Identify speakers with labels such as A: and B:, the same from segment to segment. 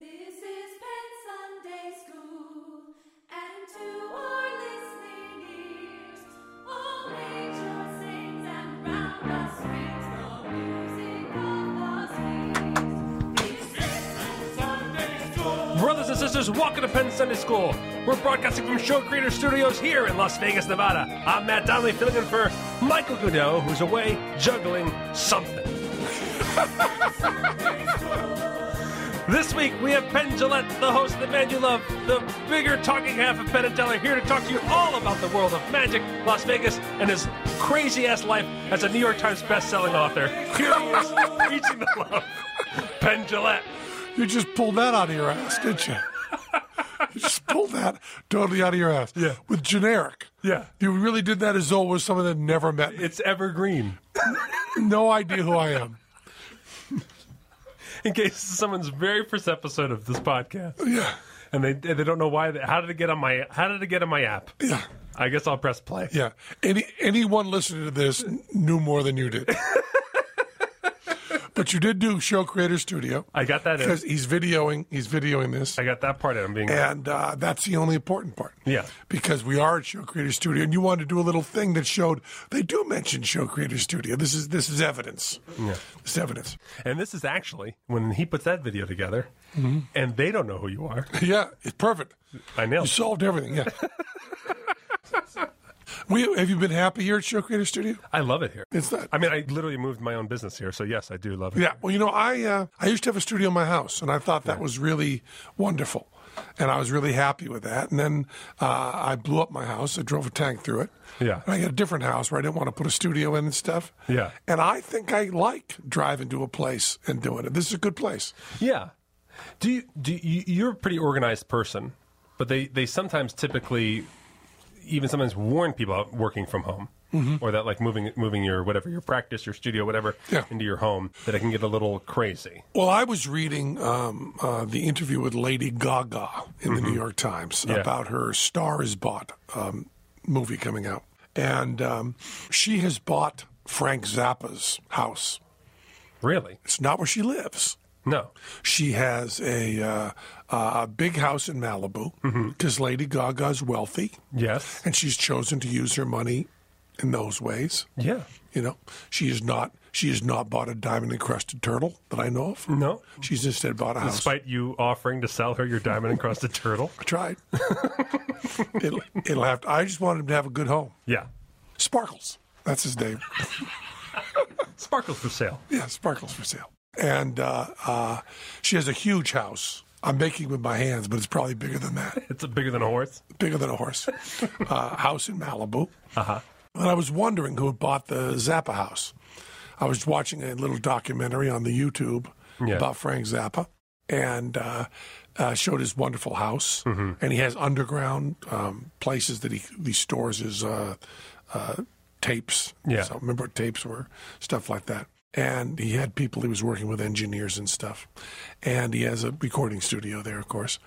A: This is Penn Sunday School, and to our listening ears, all nature sings and round us rings the music of the spheres. This is Penn Sunday School.
B: Brothers and sisters, welcome to Penn Sunday School. We're broadcasting from Show Creator Studios here in Las Vegas, Nevada. I'm Matt Donnelly, filling in for Michael Goodell, who's away juggling something. this week, we have Penn Gillette, the host of The Man You Love, the bigger talking half of Penn and Teller, here to talk to you all about the world of magic, Las Vegas, and his crazy ass life as a New York Times best-selling author. Here he is, reaching the love. Penn Gillette.
C: You just pulled that out of your ass, didn't you? you just pulled that totally out of your ass.
B: Yeah.
C: With generic.
B: Yeah.
C: You really did that as though it was someone that never met me.
B: It's evergreen.
C: No idea who I am.
B: in case this is someone's very first episode of this podcast
C: Yeah.
B: and they they don't know why they, how did it get on my how did it get on my app
C: Yeah.
B: i guess i'll press play
C: Yeah. Any anyone listening to this n- knew more than you did. but you did do Show Creator Studio
B: i got that in
C: because he's videoing he's videoing this.
B: i got that part in i'm being
C: And uh, that's the only important part.
B: Yeah.
C: Because we are at Show Creator Studio, and you wanted to do a little thing that showed they do mention Show Creator Studio. This is this is evidence. Yeah. This is evidence.
B: and this is actually when he puts that video together
C: Mm-hmm.
B: and they don't know who you are
C: Yeah, it's perfect.
B: i
C: You
B: nailed it.
C: solved everything. Yeah. we have you been happy here at Show Creator Studio?
B: i love it here
C: It's not.
B: i mean i literally moved my own business here so yes i do love it
C: Yeah. Well, you know, I uh, I used to have a studio in my house, and I thought that was really wonderful, and I was really happy with that. And then uh, I blew up my house. I drove a tank through it.
B: Yeah.
C: And I got a different house where I didn't want to put a studio in and stuff.
B: Yeah.
C: And I think I like driving to a place and doing it. This is a good place.
B: Yeah. Do you do you, you're a pretty organized person, but they they sometimes typically even sometimes warn people about working from home
C: Mm-hmm.
B: or that like moving moving your whatever your practice your studio whatever
C: Yeah.
B: into your home that it can get a little crazy.
C: Well, I was reading um, uh, the interview with Lady Gaga in the New York Times about her Star is Bought um, movie coming out. And um, she has bought Frank Zappa's house.
B: Really?
C: It's not where she lives.
B: No.
C: She has a, uh, a big house in Malibu because Lady Gaga's wealthy
B: Yes.
C: and she's chosen to use her money in those ways.
B: Yeah.
C: You know, she is not she has not bought a diamond encrusted turtle that I know of.
B: No.
C: She's instead bought a house.
B: Despite you offering to sell her your diamond encrusted turtle.
C: I tried. it'll, it'll have to, I just wanted him to have a good home.
B: Yeah.
C: Sparkles. That's his name.
B: Sparkles for sale.
C: Yeah, Sparkles for sale. And uh, uh, she has a huge house. I'm making with my hands, but it's probably bigger than that.
B: It's bigger than a horse.
C: bigger than a horse, uh, house in Malibu. And I was wondering who had bought the Zappa house. I was watching a little documentary on the YouTube
B: Yeah.
C: about Frank Zappa, and uh, uh, showed his wonderful house. And he has underground um, places that he, he stores his uh, uh, tapes.
B: Yeah.
C: So remember what tapes were, stuff like that. And he had people he was working with, engineers and stuff. And he has a recording studio there, of course.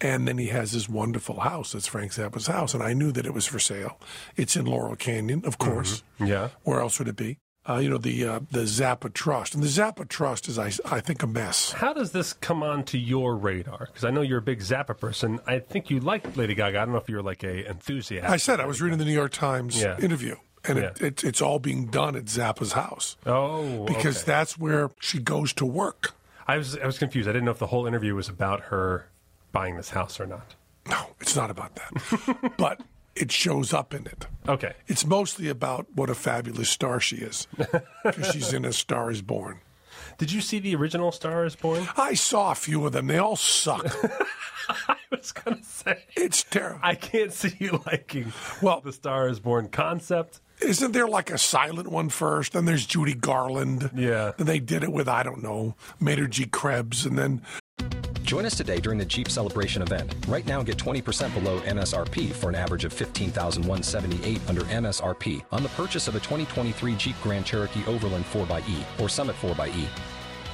C: And then he has this wonderful house that's Frank Zappa's house. And I knew that it was for sale. It's in Laurel Canyon, of
B: Mm-hmm.
C: course.
B: Yeah.
C: Where else would it be? Uh, you know, the uh, the Zappa Trust. And the Zappa Trust is, I, I think, a mess.
B: How does this come onto your radar? Because I know you're a big Zappa person. I think you like Lady Gaga. I don't know if you're like a enthusiast.
C: I said I was reading the New York Times
B: Yeah.
C: interview, and it,
B: Yeah.
C: it, it's all being done at Zappa's house
B: Oh,
C: because
B: okay.
C: that's where she goes to work.
B: I was I was confused. I didn't know if the whole interview was about her buying this house or not.
C: No, it's not about that. but it shows up in it.
B: Okay.
C: It's mostly about what a fabulous star she is. Because she's in A Star is Born.
B: Did you see the original Star Is Born?
C: I saw a few of them. They all suck.
B: I was gonna say
C: It's terrible.
B: I can't see you liking
C: Well-
B: the Star Is Born concept.
C: Isn't there like a silent one first? Then there's Judy Garland.
B: Yeah.
C: Then they did it with, I don't know, Mater G. Krebs. And then
D: Join us today during the Jeep Celebration event. Right now, get 20% below MSRP for an average of 15178 under MSRP on the purchase of a 2023 Jeep Grand Cherokee Overland 4xE or Summit 4xE.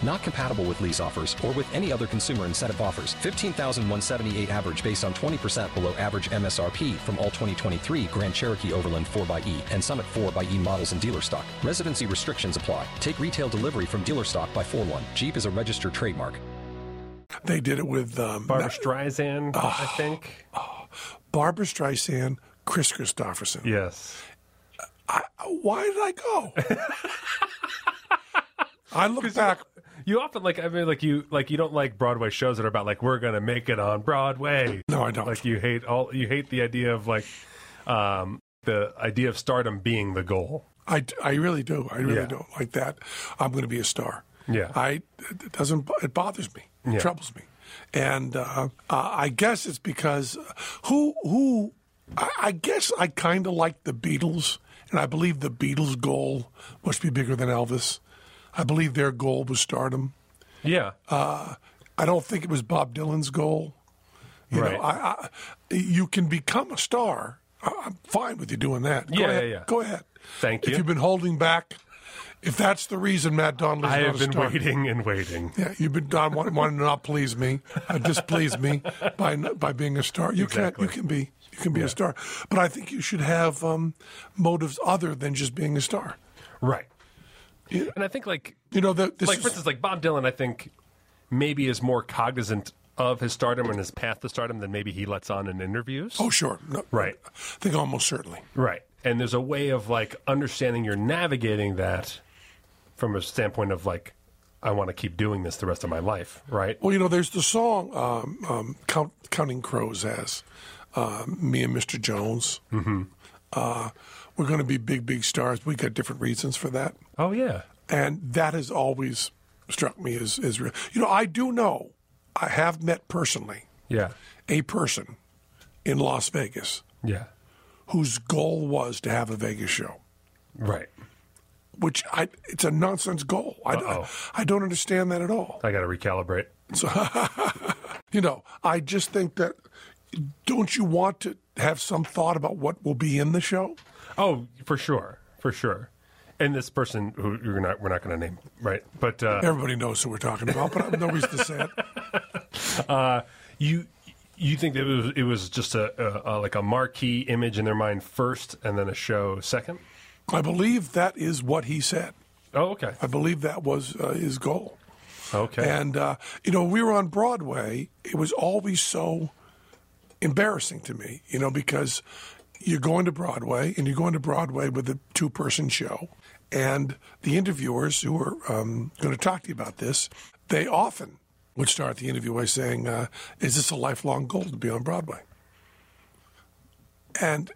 D: Not compatible with lease offers or with any other consumer incentive offers. 15,178 average based on 20% below average MSRP from all 2023 Grand Cherokee Overland 4xE and Summit 4xE models in dealer stock. Residency restrictions apply. Take retail delivery from dealer stock by 4 1. Jeep is a registered trademark.
C: They did it with um,
B: Barbara
C: not-
B: Streisand,
C: Ah.
B: I think.
C: Barbara Streisand, Chris Christopherson.
B: Yes.
C: Why did I go? I look back.
B: You often like I mean like you like you don't like Broadway shows that are about like we're gonna make it on Broadway.
C: No, I don't.
B: Like you hate all you hate the idea of like um the idea of stardom being the goal.
C: I, I really do. I really
B: Yeah.
C: don't like that. I'm going to be a star.
B: Yeah.
C: I it doesn't it bothers me. It
B: Yeah.
C: troubles me. And uh, uh, I guess it's because uh, who who I, I guess I kind of like the Beatles, and I believe the Beatles' goal must be bigger than Elvis. I believe their goal was stardom.
B: Yeah.
C: I don't think it was Bob Dylan's goal. You
B: Right.
C: know, I, I, you can become a star. I, I'm fine with you doing that. Go
B: Yeah,
C: ahead.
B: yeah, yeah.
C: Go ahead.
B: Thank
C: If
B: you.
C: you've been holding back, if that's the reason Matt Donnelly's
B: I
C: not
B: have
C: a
B: been
C: star,
B: waiting and waiting.
C: Yeah, you've been Don wanting, wanting to not please me, uh, displease me by n- by being a star. You
B: Exactly.
C: can you can be you can be a star, but I think you should have um, motives other than just being a star.
B: Right. And I think like
C: You know, the, this
B: like for
C: is-
B: instance, like Bob Dylan, I think maybe is more cognizant of his stardom and his path to stardom than maybe he lets on in interviews.
C: oh sure, no,
B: Right.
C: I think almost certainly.
B: Right. And there's a way of like understanding you're navigating that from a standpoint of like, I want to keep doing this the rest of my life. Right.
C: Well, you know, there's the song um, um, Count, Counting Crows has um, me and Mr. Jones. Mm-hmm. Uh, we're going to be big, big stars. We got different reasons for that,
B: Oh, yeah.
C: and that has always struck me as as real. You know, I do know I have met personally
B: Yeah.
C: a person in Las Vegas
B: Yeah.
C: whose goal was to have a Vegas show.
B: Right.
C: Which I, it's a nonsense goal. I, I,
B: Uh-oh.
C: I don't understand that at all.
B: I got to recalibrate.
C: You know, I just think that don't you want to have some thought about what will be in the show?
B: Oh, for sure. For sure. And this person who you're not, we're not going to name. Right. But, uh,
C: Everybody knows who we're talking about, but I'm no reason to say it.
B: uh, you you think that it was, it was just a, a, a like a marquee image in their mind first and then a show second
C: I believe that is what he said.
B: oh okay
C: I believe that was uh, his goal.
B: okay
C: And, uh, you know, we were on Broadway. It was always so embarrassing to me, you know, because you're going to Broadway and you're going to Broadway with a two person show. And the interviewers who are um, going to talk to you about this, they often would start the interview by saying, uh, Is this a lifelong goal to be on Broadway? And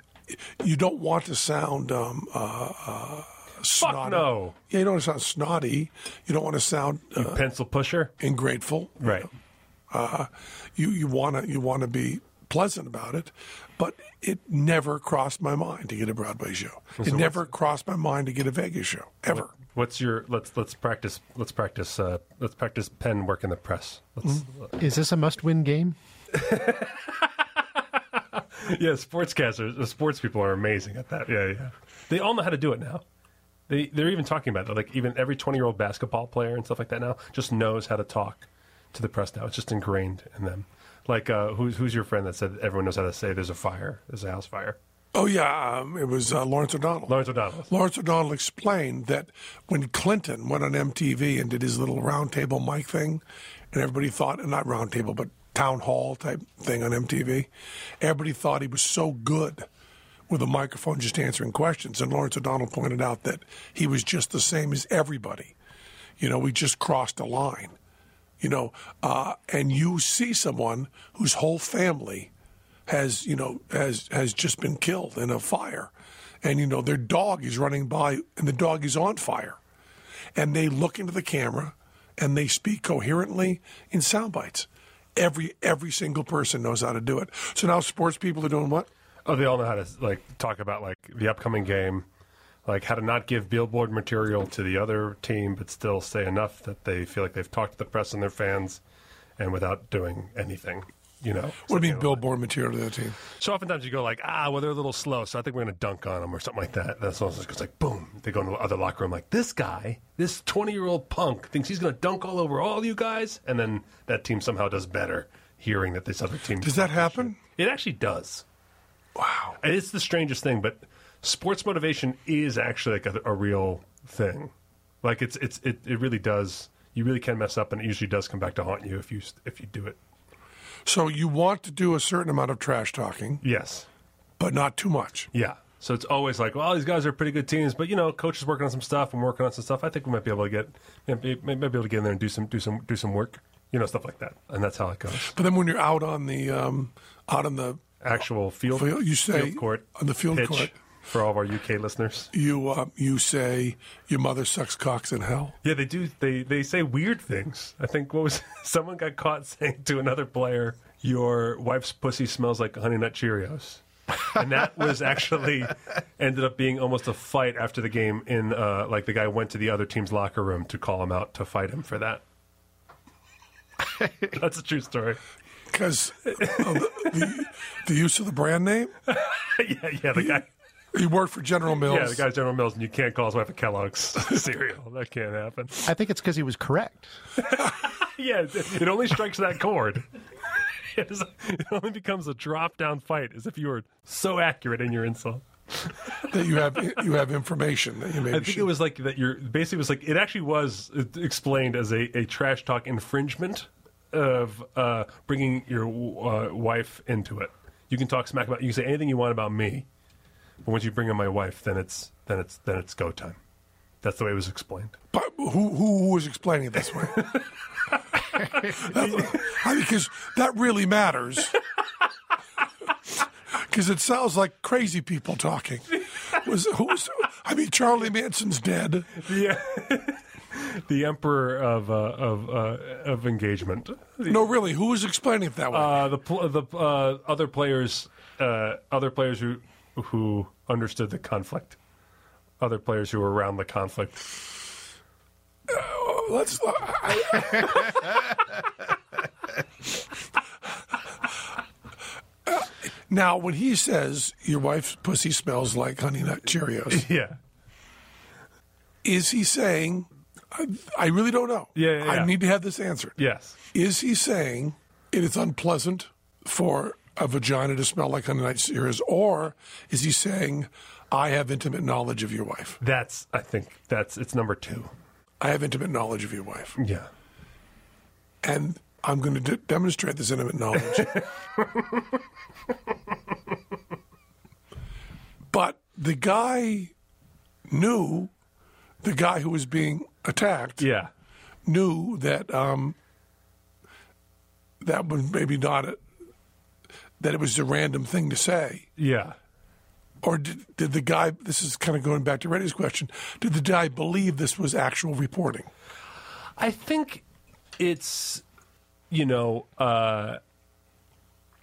C: you don't want to sound um, uh, uh, snotty.
B: no.
C: Yeah, you don't want to sound snotty. You don't want to sound uh,
B: pencil pusher
C: ingrateful.
B: right
C: Uh, you you want to you want to be pleasant about it, but it never crossed my mind to get a Broadway show. It never crossed my mind to get a Vegas show ever.
B: what's your let's let's practice let's practice uh let's practice pen work in the press let's
C: Mm-hmm.
E: Is this a must-win game?
B: yeah sportscasters uh, sports people are amazing at that yeah yeah they all know how to do it now they they're even talking about that like even every 20 year old basketball player and stuff like that now just knows how to talk to the press now it's just ingrained in them like uh who's who's your friend that said everyone knows how to say there's a fire there's a house fire
C: Oh yeah, um, it was uh, Lawrence O'Donnell.
B: lawrence o'donnell
C: Lawrence O'Donnell explained that when Clinton went on MTV and did his little roundtable mic thing, and everybody thought, not roundtable, but town hall type thing on MTV, everybody thought he was so good with a microphone just answering questions. And Lawrence O'Donnell pointed out that he was just the same as everybody. You know, we just crossed a line. You know, uh, and you see someone whose whole family has, you know, has has just been killed in a fire, and you know their dog is running by and the dog is on fire, and they look into the camera, and they speak coherently in sound bites. Every every single person knows how to do it. So now sports people are doing what?
B: Oh, they all know how to like talk about like the upcoming game, like how to not give billboard material to the other team, but still say enough that they feel like they've talked to the press and their fans, and without doing anything. You know,
C: What do you mean billboard material to the other team?
B: so oftentimes you go like, ah, well, they're a little slow, so I think we're going to dunk on them or something like that. That's all. It's like, boom, they go into the other locker room. Like this guy, this twenty-year-old punk, thinks he's going to dunk all over all you guys, and then that team somehow does better. Hearing that this other team
C: Does that happen?
B: It actually does.
C: Wow.
B: And It's the strangest thing, but sports motivation is actually like a, a real thing. Like it's it's it, it really does. You really can mess up, and it usually does come back to haunt you if you if you do it.
C: So you want to do a certain amount of trash talking,
B: Yes.
C: but not too much.
B: Yeah. So it's always like, well, these guys are pretty good teams, but you know, coach is working on some stuff. I'm working on some stuff. I think we might be able to get, maybe, maybe be able to get in there and do some, do some, do some work. You know, stuff like that. And that's how it goes.
C: But then when you're out on the um, out on the
B: Actual field,
C: Field- you say
B: field court
C: on the field
B: pitch
C: court.
B: for all of our UK listeners.
C: you uh, you say your mother sucks cocks in hell.
B: Yeah, they do. They they say weird things. I think what was someone got caught saying to another player, "Your wife's pussy smells like Honey Nut Cheerios," and that was actually ended up being almost a fight after the game. In uh, like the guy went to the other team's locker room to call him out to fight him for that. That's a true story.
C: Because the, the use of the brand name,
B: yeah, yeah, the guy.
C: he worked for General Mills.
B: Yeah, the guy's General Mills, and you can't call his wife a Kellogg's cereal. That can't happen.
E: I think it's because he was correct.
B: Yeah, it- it only strikes that chord. It is- it only becomes a drop down fight as if you were so accurate in your insult.
C: that you have you have information that you
B: I
C: maybe
B: think it
C: should.
B: was like that. You're basically it was like it actually was uh, explained as a, a trash talk infringement of uh, bringing your uh, wife into it. You can talk smack about. You can say anything you want about me, but once you bring in my wife, then it's then it's then it's go time. That's the way it was explained.
C: But who, who who was explaining it this way? That- I mean, because that really matters. Because it sounds like crazy people talking. Was who's? I mean, Charlie Manson's dead.
B: Yeah, the emperor of uh, of uh, of engagement.
C: No, really, who was explaining it that way?
B: Uh, the pl- the uh, other players, uh, other players who who understood the conflict, other players who were around the conflict.
C: Let's. now, when he says your wife's pussy smells like Honey Nut Cheerios,
B: Yeah,
C: is he saying? I, I really don't know.
B: Yeah, yeah, yeah.
C: I need to have this answered.
B: yes,
C: Is he saying it is unpleasant for a vagina to smell like Honey Nut Cheerios, or is he saying I have intimate knowledge of your wife?
B: that's I think that's it's number two.
C: I have intimate knowledge of your wife.
B: Yeah,
C: and I'm going to de- demonstrate this intimate knowledge. but the guy knew, the guy who was being attacked
B: yeah,
C: knew that um, that was maybe not a, that it was a random thing to say.
B: yeah.
C: Or did, did the guy? This is kind of going back to Reddy's question. Did the guy believe this was actual reporting?
B: I think it's you know uh,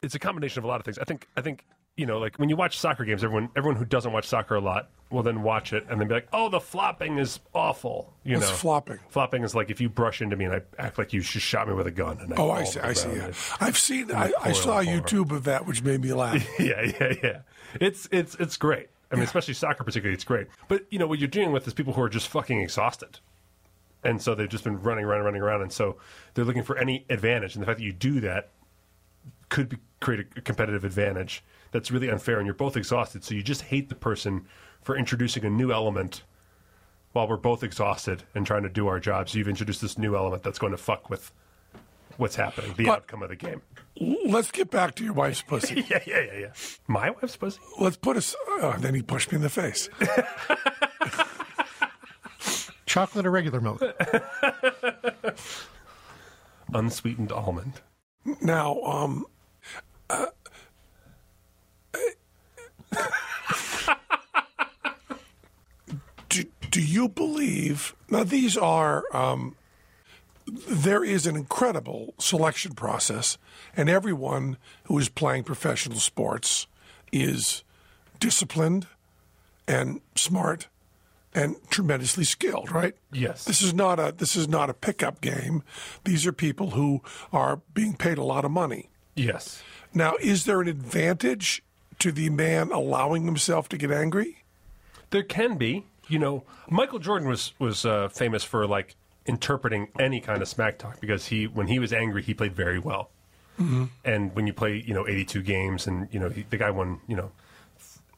B: it's a combination of a lot of things. I think I think you know like when you watch soccer games, everyone everyone who doesn't watch soccer a lot will then watch it and then be like, oh, the flopping is awful. You
C: What's
B: know,
C: flopping?
B: Flopping is like if you brush into me and I act like you just shot me with a gun. And I
C: Oh, I
B: fall
C: see.
B: to the
C: I see.
B: ground.
C: Yeah.
B: It's-
C: I've seen. I, I
B: coil
C: saw a
B: forward.
C: YouTube of that, which made me laugh.
B: yeah, yeah, yeah. It's it's it's great. I mean, especially soccer, particularly, it's great. But you know what you're dealing with is people who are just fucking exhausted, and so they've just been running around, running around, and so they're looking for any advantage. And the fact that you do that could be, create a competitive advantage that's really unfair. And you're both exhausted, so you just hate the person for introducing a new element while we're both exhausted and trying to do our jobs. You've introduced this new element that's going to fuck with what's happening, the
C: But-
B: outcome of the game.
C: Let's get back to your wife's pussy.
B: Yeah, yeah, yeah, yeah. My wife's pussy.
C: Let's put us. Oh, then he pushed me in the face.
E: Chocolate or regular milk?
B: unsweetened almond.
C: Now, um, uh, do, do you believe? Now, these are. Um, there is an incredible selection process, and everyone who is playing professional sports is disciplined and smart and tremendously skilled, right?
B: Yes.
C: This is not a this is not a pickup game. These are people who are being paid a lot of money.
B: Yes.
C: Now, is there an advantage to the man allowing himself to get angry?
B: There can be, you know, Michael Jordan was was uh, famous for like interpreting any kind of smack talk because he when he was angry he played very well. And when you play, you know, 82 games and you know, he, the guy won, you know,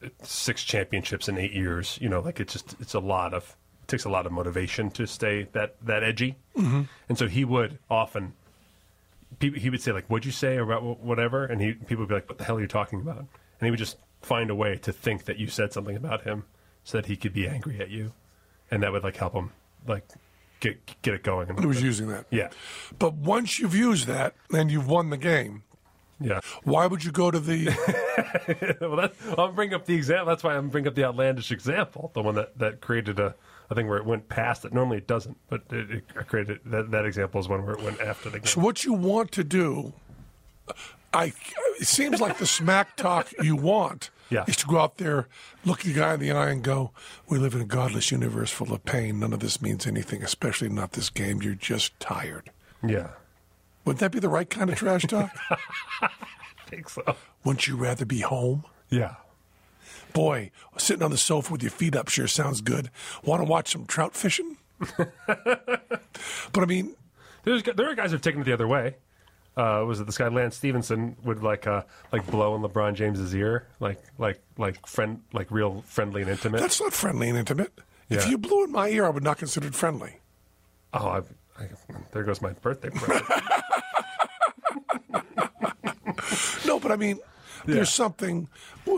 B: th- six championships in 8 years, you know, like it's just it's a lot of it takes a lot of motivation to stay that that edgy. Mm-hmm. And so he would often people, he would say like, "What'd you say about wh- whatever?" And he people would be like, "What the hell are you talking about?" And he would just find a way to think that you said something about him, so that he could be angry at you, and that would like help him like get get it going.
C: He was using that.
B: Yeah,
C: But once you've used that and you've won the game,
B: yeah.
C: why would you go to the
B: well, that, I'll bring up the example. That's why I'm bringing up the outlandish example, the one that that created a. I think where it went past it. Normally it doesn't, but it, it created that, that example is one where it went after the game.
C: So what you want to do, I it seems like the smack talk you want
B: Yeah.
C: is to go out there, look the guy in the eye, and go, "We live in a godless universe full of pain. None of this means anything, especially not this game. You're just tired."
B: Yeah,
C: Would not that be the right kind of trash talk?
B: I think so.
C: Wouldn't you rather be home?
B: Yeah,
C: Boy, sitting on the sofa with your feet up sure sounds good. Want to watch some trout fishing? but I mean,
B: There's gu- there are guys who've taken it the other way. Uh, was it this guy Lance Stevenson would like uh, like blow in LeBron James's ear, like like like friend like real friendly and intimate?
C: that's not friendly and intimate. If
B: Yeah.
C: you blew in my ear, I would not consider it friendly.
B: oh, I, I, there goes my birthday present.
C: No, but I mean, there's something,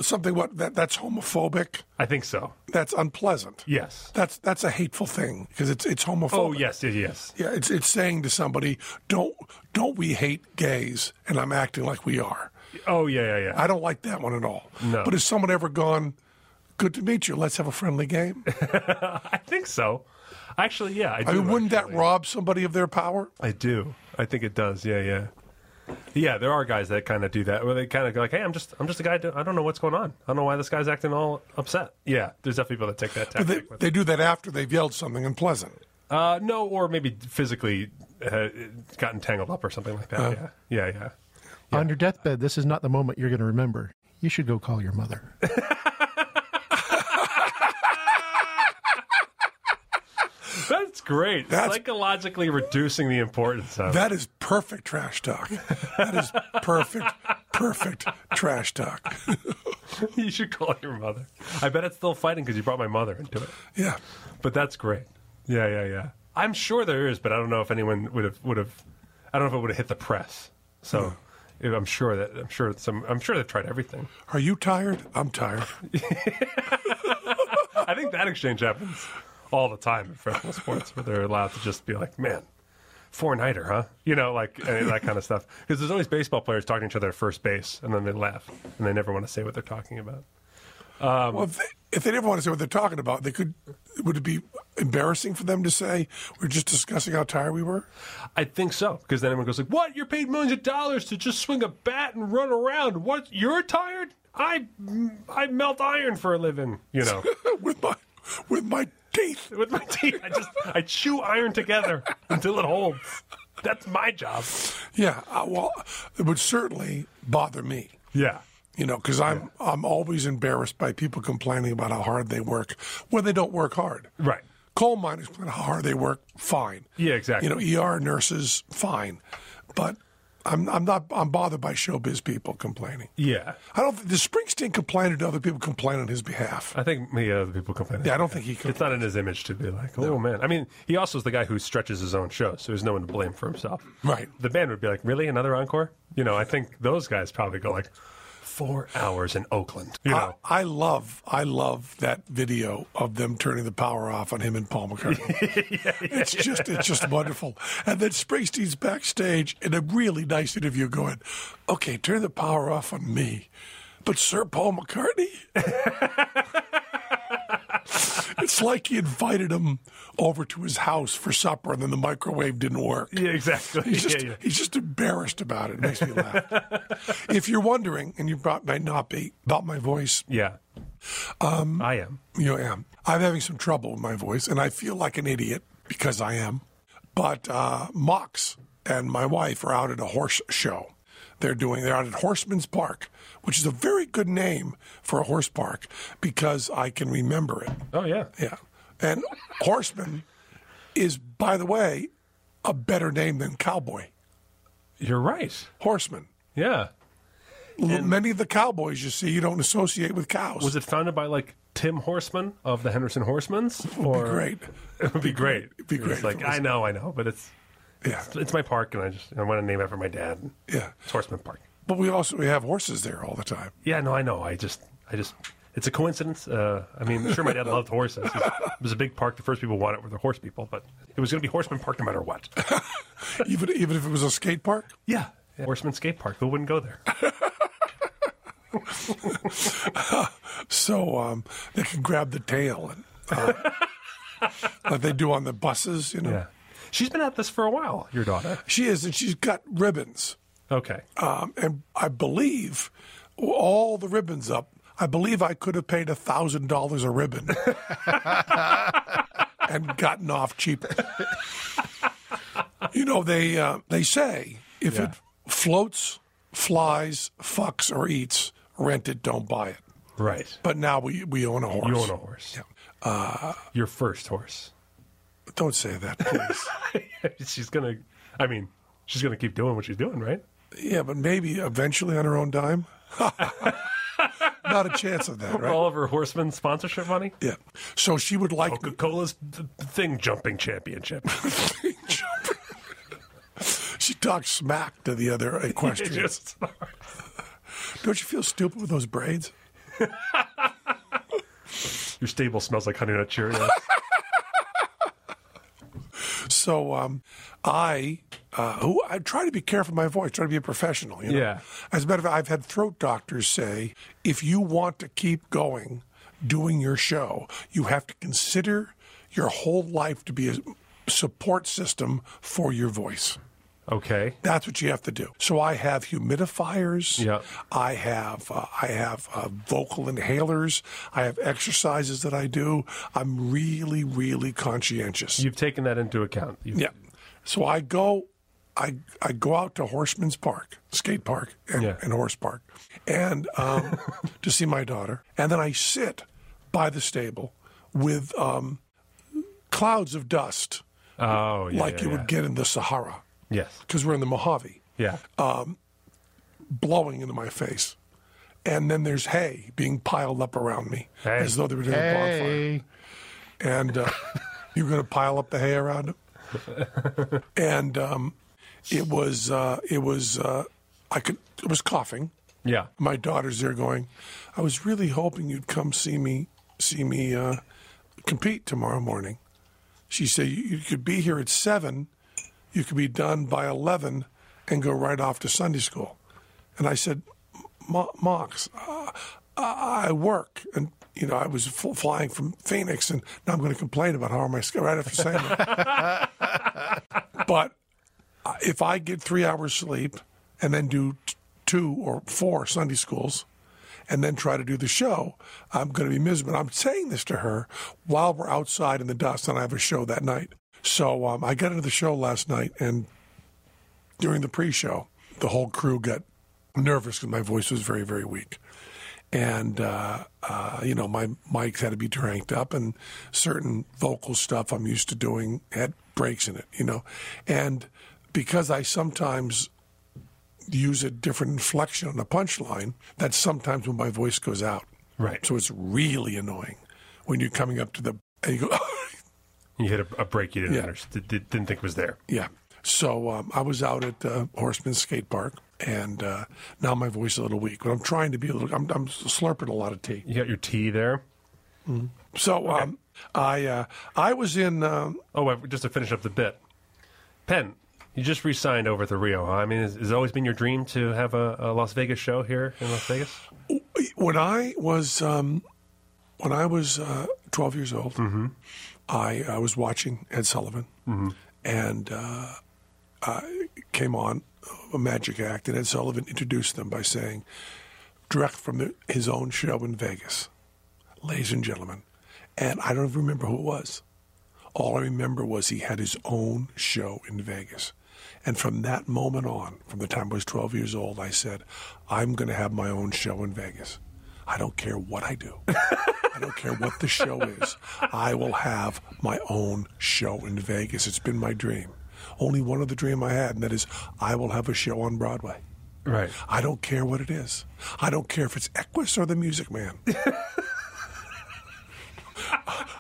C: something what that that's homophobic.
B: I think so.
C: That's unpleasant.
B: Yes.
C: That's that's a hateful thing because it's it's homophobic.
B: Oh yes, yes, yes.
C: Yeah, it's it's saying to somebody, don't don't we hate gays? And I'm acting like we are.
B: Oh yeah, yeah, yeah.
C: I don't like that one at all.
B: No.
C: But has someone ever gone? Good to meet you. Let's have a friendly game.
B: I think so. Actually, yeah. I, do,
C: I mean, wouldn't that
B: actually.
C: rob somebody of their power?
B: I do. I think it does. Yeah, yeah. Yeah, there are guys that kind of do that, where they kind of go like, "Hey, I'm just, I'm just a guy. do- I don't know what's going on. I don't know why this guy's acting all upset." Yeah, there's definitely people that take that tactic.
C: But they,
B: with it.
C: they do that after they've yelled something unpleasant.
B: Uh, no, or maybe physically uh, gotten tangled up or something like that.
C: Uh.
B: yeah, yeah, yeah.
E: On your deathbed, this is not the moment you're going to remember. You should go call your mother.
B: That's great.
C: That's-
B: Psychologically reducing the importance of
C: That is perfect trash talk. That is perfect, perfect trash talk.
B: it. You should call your mother. I bet it's still fighting because you brought my mother into it.
C: Yeah.
B: But that's great. Yeah, yeah, yeah. I'm sure there is, but I don't know if anyone would have would have. I don't know if it would have hit the press. So I'm sure that I'm sure some. I'm sure they've tried everything.
C: Are you tired? I'm tired.
B: I think that exchange happens all the time in professional sports where they're allowed to just be like, man, four nighter, huh? You know, like and that kind of stuff. Because there's always baseball players talking to each other at first base and then they laugh and they never want to say what they're talking about. Um,
C: well, if they, if they never want to say what they're talking about, they could. Would it be embarrassing for them to say we're just discussing how tired we were?
B: I think so. Because then everyone goes like, what? You're paid millions of dollars to just swing a bat and run around. What? You're tired? I, I melt iron for a living, you know.
C: with my with my teeth.
B: With my teeth, I just I chew iron together until it holds. That's my job.
C: Yeah. I, well, it would certainly bother me.
B: Yeah.
C: You know, because I'm I'm always embarrassed by people complaining about how hard they work when they don't work hard.
B: Right.
C: Coal miners complain how hard they work. Fine.
B: Yeah, exactly.
C: You know, ER nurses. Fine. But I'm I'm not I'm bothered by showbiz people complaining.
B: Yeah.
C: I don't. think- Does Springsteen complain, or do other people complain on his behalf?
B: I think me other people complain.
C: Yeah, I don't think he
B: It's not in his image to be like, oh man. I mean, he also is the guy who stretches his own show, so there's no one to blame for himself.
C: Right.
B: The band would be like, really, another encore? You know, I think those guys probably go like, four hours in Oakland. You know,
C: I, I love, I love that video of them turning the power off on him and Paul McCartney. it's just, it's just wonderful. And then Springsteen's backstage in a really nice interview, going, "Okay, turn the power off on me." But Sir Paul McCartney, it's like he invited him over to his house for supper, and then the microwave didn't work.
B: yeah, exactly.
C: He's just,
B: yeah, yeah.
C: he's just embarrassed about it. It makes me laugh. if you're wondering, and you prob- might not be, about my voice,
B: yeah. I am.
C: you am. I'm having some trouble with my voice, and I feel like an idiot because I am. But uh, Mox and my wife are out at a horse show. They're doing. They're out at Horseman's Park, which is a very good name for a horse park because I can remember it.
B: Oh yeah.
C: Yeah. And horseman is, by the way, a better name than cowboy.
B: You're right.
C: Horseman.
B: Yeah.
C: L- Many of the cowboys you see, you don't associate with cows.
B: Was it founded by like Tim Horseman of the Henderson Horsemans? Or
C: great?
B: it would be great. It'd
C: be great
B: It's like
C: if it was-
B: I know, I know, but it's
C: Yeah,
B: it's my park, and I just I want to name it after my dad.
C: yeah.
B: It's Horseman Park.
C: But we also we have horses there all the time.
B: Yeah, no, I know. I just I just it's a coincidence. Uh, I mean, sure, my dad loved horses. He's- It was a big park. The first people wanted were the horse people, but it was going to be Horseman Park no matter what.
C: even even if it was a skate park.
B: Yeah. Horseman Skate Park. Who wouldn't go there?
C: So um, they can grab the tail and uh, like they do on the buses, you know.
B: Yeah. She's been at this for a while, your daughter.
C: She is, and she's got ribbons.
B: Okay.
C: um, and I believe all the ribbons up. I believe I could have paid thousand dollars a ribbon and gotten off cheaper. you know they uh, they say if it floats, flies, fucks, or eats, rent it, don't buy it.
B: Right.
C: But now we we own a horse.
B: You own a horse. Uh, your first horse.
C: Don't say that, please.
B: she's gonna. I mean, she's gonna keep doing what she's doing, right?
C: yeah, but maybe eventually on her own dime. Not a chance of that, right?
B: All of her horseman sponsorship money.
C: Yeah. So she would like
B: Coca Cola's thing jumping championship.
C: She talks smack to the other equestrians.
B: Just-
C: Don't you feel stupid with those braids?
B: your stable smells like Honey Nut Cheerios.
C: So um, I, uh, who I try to be careful with my voice, try to be a professional. You know?
B: Yeah.
C: As a matter of fact, I've had throat doctors say if you want to keep going doing your show, you have to consider your whole life to be a support system for your voice.
B: okay.
C: That's what you have to do. So I have humidifiers.
B: Yeah.
C: I have uh, I have uh, vocal inhalers. I have exercises that I do. I'm really really conscientious.
B: You've taken that into account. You've-
C: yeah. So I go I I go out to Horseman's Park, skate park, and,
B: Yeah.
C: and horse park, and um, to see my daughter, and then I sit by the stable with um, clouds of dust
B: Oh, yeah.
C: like
B: yeah,
C: you
B: yeah.
C: would get in the Sahara
B: Yes.
C: because we're in the Mojave.
B: Yeah.
C: Uh, blowing into my face. And then there's hay being piled up around me
B: Hey.
C: as though they were doing
E: Hey,
C: a bonfire. And uh, you're going to pile up the hay around him. and um, it was, uh, it was, uh, I could, it was coughing.
B: yeah.
C: My daughter's there going, I was really hoping you'd come see me, see me uh, compete tomorrow morning. She said, you, you could be here at seven, you could be done by 11 and go right off to Sunday school. And I said, "Mo- Mox, uh, I I work. And, you know, I was fl- flying from Phoenix and now I'm going to complain about how am I sch- right after saying that. but uh, if I get three hours sleep and then do t- two or four Sunday schools and then try to do the show, I'm going to be miserable. I'm saying this to her while we're outside in the dust and I have a show that night. So um, I got into the show last night and during the pre show, the whole crew got nervous because my voice was very, very weak. And, uh, uh, you know, my mics had to be cranked up and certain vocal stuff I'm used to doing had breaks in it, you know. And because I sometimes use a different inflection on a punchline, that's sometimes when my voice goes out.
B: Right.
C: So it's really annoying when you're coming up to the, and you go,
B: You hit a, a break you didn't
C: Yeah.
B: understand- did, didn't think was there.
C: Yeah. So um, I was out at uh, Horseman Skate Park, and uh, now my voice is a little weak, but I'm trying to be a little. I'm, I'm slurping a lot of tea.
B: You got your tea there.
C: So um, I uh, I was in. Um,
B: Oh, I- just to finish up the bit, Penn, you just re-signed over at the Rio. Huh? I mean, has, has it always been your dream to have a, a Las Vegas show here in Las Vegas?
C: when I was um, when I was uh, 12 years old, I, I was watching Ed Sullivan, and uh, I came on a magic act, and Ed Sullivan introduced them by saying, direct from the, his own show in Vegas, ladies and gentlemen, And I don't even remember who it was. All I remember was he had his own show in Vegas. And from that moment on, from the time I was 12 years old, I said, I'm going to have my own show in Vegas. I don't care what I do. I don't care what the show is. I will have my own show in Vegas. It's been my dream. Only one other dream I had, and that is I will have a show on Broadway.
B: Right.
C: I don't care what it is. I don't care if it's Equus or the Music Man.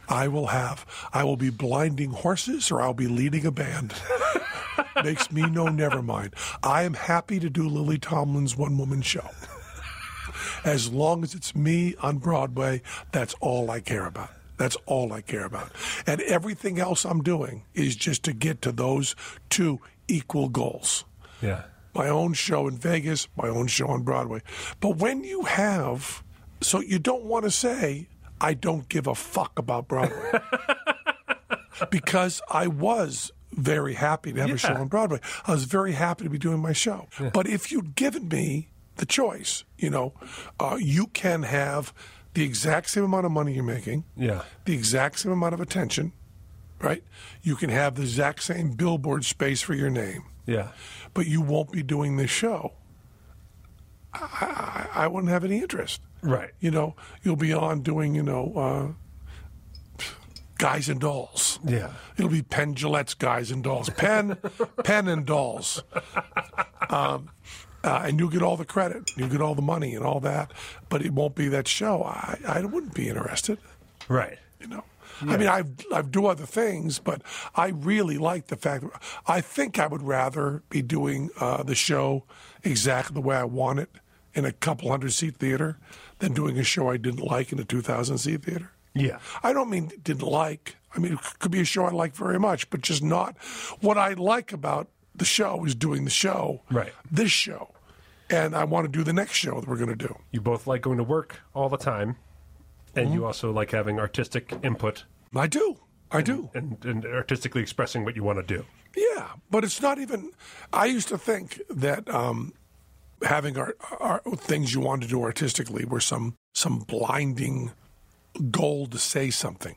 C: I will have, I will be blinding horses or I'll be leading a band. Makes me no never mind. I am happy to do Lily Tomlin's one woman show. As long as it's me on Broadway, that's all I care about. That's all I care about. And everything else I'm doing is just to get to those two equal goals
B: Yeah.
C: my own show in Vegas, my own show on Broadway. But when you have, so you don't want to say, I don't give a fuck about Broadway. because I was very happy to have a show on Broadway. I was very happy to be doing my show. But if you'd given me the choice, you know, uh, you can have the exact same amount of money you're making
B: Yeah.
C: the exact same amount of attention, right? You can have the exact same billboard space for your name,
B: Yeah.
C: but you won't be doing this show. I, I, I wouldn't have any interest.
B: Right.
C: You know, you'll be on doing, you know, uh, guys and dolls.
B: Yeah.
C: It'll be Penn Gillette's guys and dolls. Penn, Penn and dolls. Um, uh, and you'll get all the credit. You'll get all the money and all that, but it won't be that show. I, I wouldn't be interested
B: Right.
C: you know. I mean, I I do other things, but I really like the fact that I think I would rather be doing uh, the show exactly the way I want it in a couple hundred seat theater than doing a show I didn't like in a two thousand seat theater.
B: Yeah.
C: I don't mean didn't like. I mean, it could be a show I like very much, but just not. What I like about the show is doing the show,
B: Right.
C: This show, and I want to do the next show that we're going to do.
B: You both like going to work all the time, and
C: Mm-hmm.
B: you also like having artistic input
C: I do. I do.
B: and, and artistically expressing what you want to do.
C: Yeah, but it's not even. I used to think that um, having our, our things you want to do artistically were some some blinding goal to say something,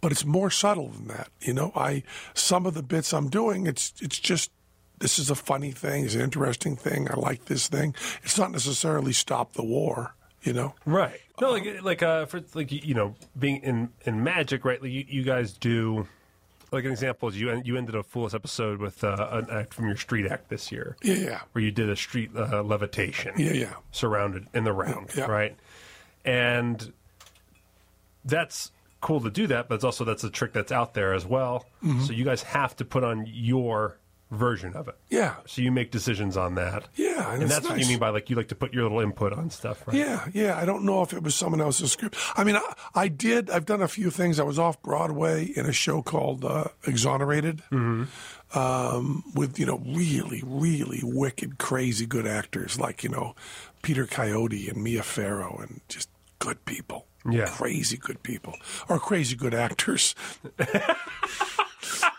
C: but it's more subtle than that. You know, I some of the bits I'm doing, it's it's just this is a funny thing, it's an interesting thing. I like this thing. It's not necessarily stop the war. You know,
B: Right. No,
C: Um,
B: like like uh, for like you know, being in in magic, right? Like you, you guys do. Like an example is you en- you ended a fool's episode with uh, an act from your street act this year,
C: yeah, yeah,
B: where you did a street uh, levitation,
C: yeah, yeah.
B: surrounded in the round,
C: Yeah.
B: right? And that's cool to do that, but it's also that's a trick that's out there as well.
C: Mm-hmm.
B: So you guys have to put on your version of it.
C: Yeah.
B: So you make decisions on that.
C: Yeah, and
B: and,
C: it's
B: that's what you
C: nice.
B: mean by like you like to put your little input on stuff, right?
C: Yeah, yeah. I don't know if it was someone else's script. I mean, I, I did. I've done a few things. I was off Broadway in a show called uh, Exonerated,
B: Mm-hmm.
C: um, with you know really, really wicked, crazy good actors like you know Peter Coyote and Mia Farrow and just good people.
B: Yeah.
C: crazy good people or crazy good actors.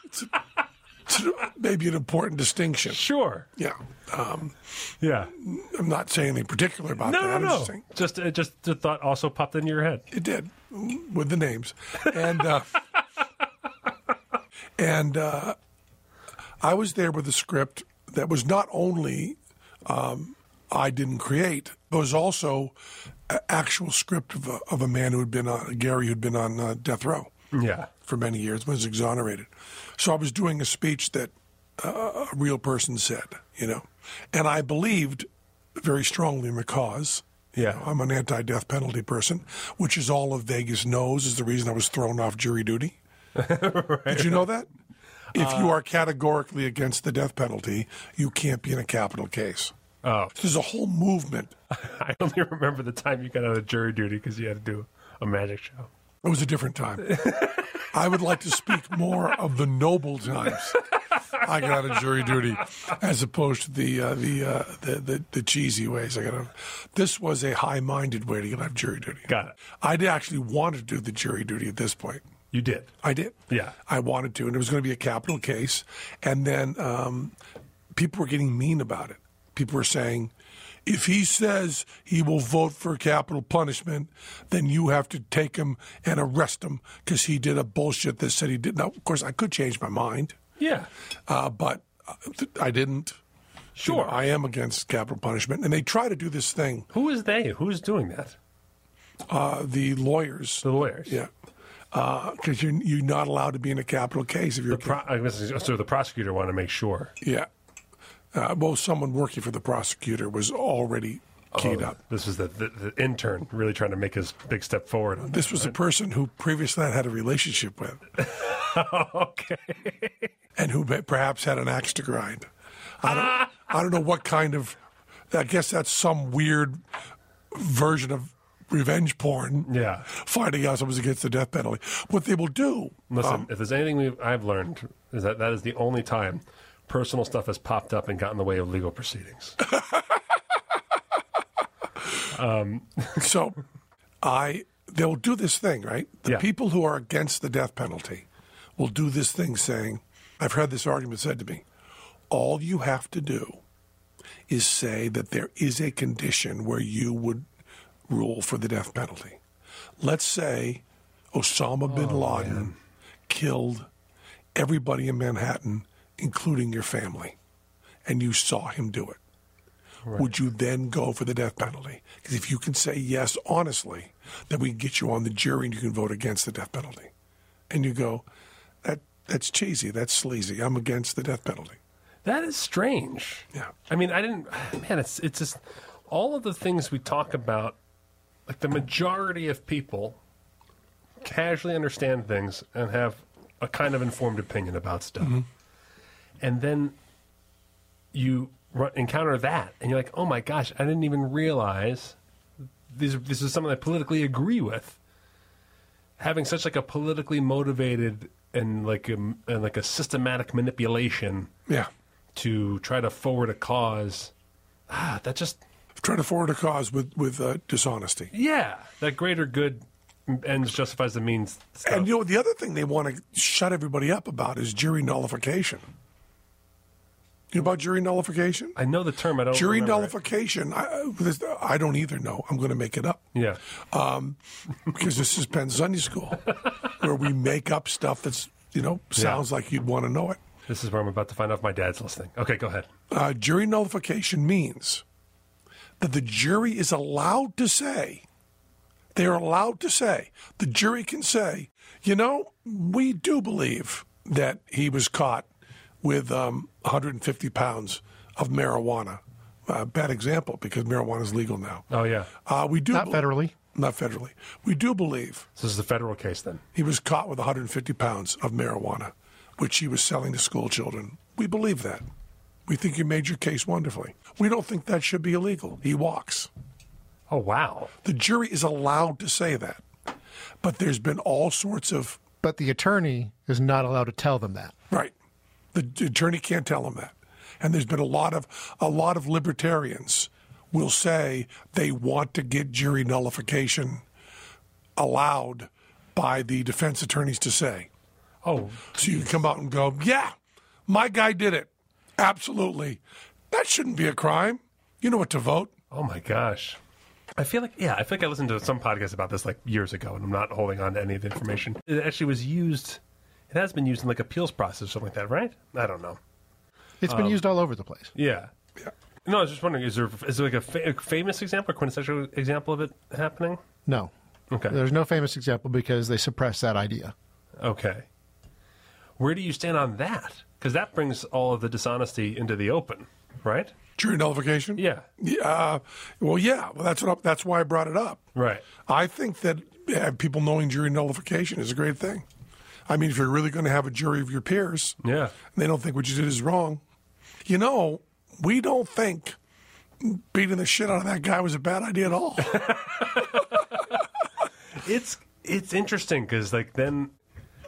C: It's a- it's a- Maybe an important distinction.
B: Sure.
C: Yeah, um,
B: Yeah.
C: I'm not saying anything particular about
B: No,
C: that.
B: no,
C: I'm
B: no.
C: just saying-
B: Just, uh, just the thought also popped into your head.
C: It did with the names, and uh, and uh, I was there with a script that was not only um, I didn't create, but was also an actual script of a, of a man who had been on Gary, who'd been on uh, death row
B: Yeah.
C: for many years, was exonerated. So I was doing a speech that uh, a real person said, you know, and I believed very strongly in the cause. You
B: Yeah.
C: know, I'm an anti death penalty person, which is all of Vegas knows is the reason I was thrown off jury duty. Did you know that? If
B: Uh,
C: you are categorically against the death penalty, you can't be in a capital case.
B: Oh.
C: There's a whole movement.
B: I only remember the time you got out of jury duty because you had to do a magic show.
C: It was a different time. I would like to speak more of the noble times I got out of jury duty, as opposed to the uh, the, uh, the the the cheesy ways I got out. This was a high-minded way to get out of jury duty.
B: Got it.
C: I'd actually want to do the jury duty at this point.
B: You did.
C: I did.
B: Yeah.
C: I wanted to, and it was going to be a capital case. And then um, people were getting mean about it. people were saying, if he says he will vote for capital punishment, then you have to take him and arrest him because he did a bullshit that said he did. Now, of course, I could change my mind,
B: Yeah.
C: uh, but uh, th- I didn't. You know,
B: Sure.
C: I am against capital punishment, and they try to do this thing.
B: Who is they? Who's doing that?
C: Uh, the lawyers,
B: The lawyers.
C: yeah, because you're you're not allowed to be in a capital case if you're
B: The pro- I guess, so the prosecutor wanted to make sure.
C: Yeah. Uh, well, someone working for the prosecutor was already keyed up.
B: This is the, the, the intern really trying to make his big step forward. On
C: This was a person who previously I had a relationship with
B: okay.
C: and who may- perhaps had an axe to grind. I don't, I don't know what kind of, I guess that's some weird version of revenge porn.
B: Yeah.
C: Finding out someone's against the death penalty. What they will do,
B: Listen,
C: Um,
B: if there's anything we've, I've learned, is that that is the only time personal stuff has popped up and got in the way of legal proceedings.
C: so I, they'll do this thing, right? The
B: Yeah.
C: people who are against the death penalty will do this thing saying, I've heard this argument said to me, all you have to do is say that there is a condition where you would rule for the death penalty. Let's say Osama bin Laden killed everybody in Manhattan, including your family, and you saw him do it. Would you then go for the death penalty? Because if you can say yes honestly, then we can get you on the jury and you can vote against the death penalty. And you go, that that's cheesy, that's sleazy. I'm against the death penalty.
B: That is strange.
C: Yeah.
B: I mean, I didn't. Man, it's it's just all of the things we talk about. Like the majority of people casually understand things and have a kind of informed opinion about stuff, and then you run, encounter that, and you're like, "Oh my gosh, I didn't even realize these. are- This is something I politically agree with." Having such like a politically motivated and like a, and like a systematic manipulation
C: Yeah.
B: to try to forward a cause. Ah, that just
C: Try to forward a cause with, with uh, dishonesty.
B: yeah, that greater good ends justifies the means. Stuff.
C: And you know, the other thing they want to shut everybody up about is jury nullification. You know about jury nullification?
B: I know the term. I don't
C: Jury
B: remember it.
C: nullification, I, I- this- I don't either know. I'm going to make it up.
B: Yeah,
C: because this is Penn Sunday School, where we make up stuff that's you know sounds like you'd want to know it.
B: this is where I'm about to find out if my dad's listening. Okay, go ahead.
C: Uh, jury nullification means that the jury is allowed to say they are allowed to say the jury can say, you know, we do believe that he was caught with um, 150 pounds of marijuana. Uh, bad example because marijuana is legal now.
B: Oh yeah,
C: Uh, we do
E: Not
C: be-
E: federally.
C: Not federally. We do believe
B: so this is a federal case then.
C: He was caught with 150 pounds of marijuana, which he was selling to school children. We believe that. We think you made your case wonderfully. We don't think that should be illegal. He walks.
B: Oh wow,
C: The jury is allowed to say that. But there's been all sorts of,
E: But the attorney is not allowed to tell them that.
C: right. The d- attorney can't tell him that. And there's been a lot of a lot of libertarians will say they want to get jury nullification allowed by the defense attorneys to say.
B: oh
C: So you can come out and go, yeah, my guy did it. Absolutely. That shouldn't be a crime. You know what to vote.
B: oh my gosh. I feel like yeah, I feel like I listened to some podcast about this like years ago, and I'm not holding on to any of the information. It actually was used. It has been used in like appeals process or something like that, right? I don't know.
E: It's been used all over the place.
B: Yeah. No, I was just wondering, is there is there like a, fa- a famous example, a quintessential example of it happening?
E: No.
B: Okay.
E: There's no famous example because they suppress that idea.
B: Okay. Where do you stand on that? Because that brings all of the dishonesty into the open, right?
C: Jury nullification?
B: Yeah.
C: Yeah, uh, well, yeah. Well, that's what I, that's why I brought it up.
B: Right.
C: I think that uh, people knowing jury nullification is a great thing. I mean, if you're really going to have a jury of your peers,
B: Yeah.
C: and they don't think what you did is wrong, you know, we don't think beating the shit out of that guy was a bad idea at all.
B: It's it's interesting because like then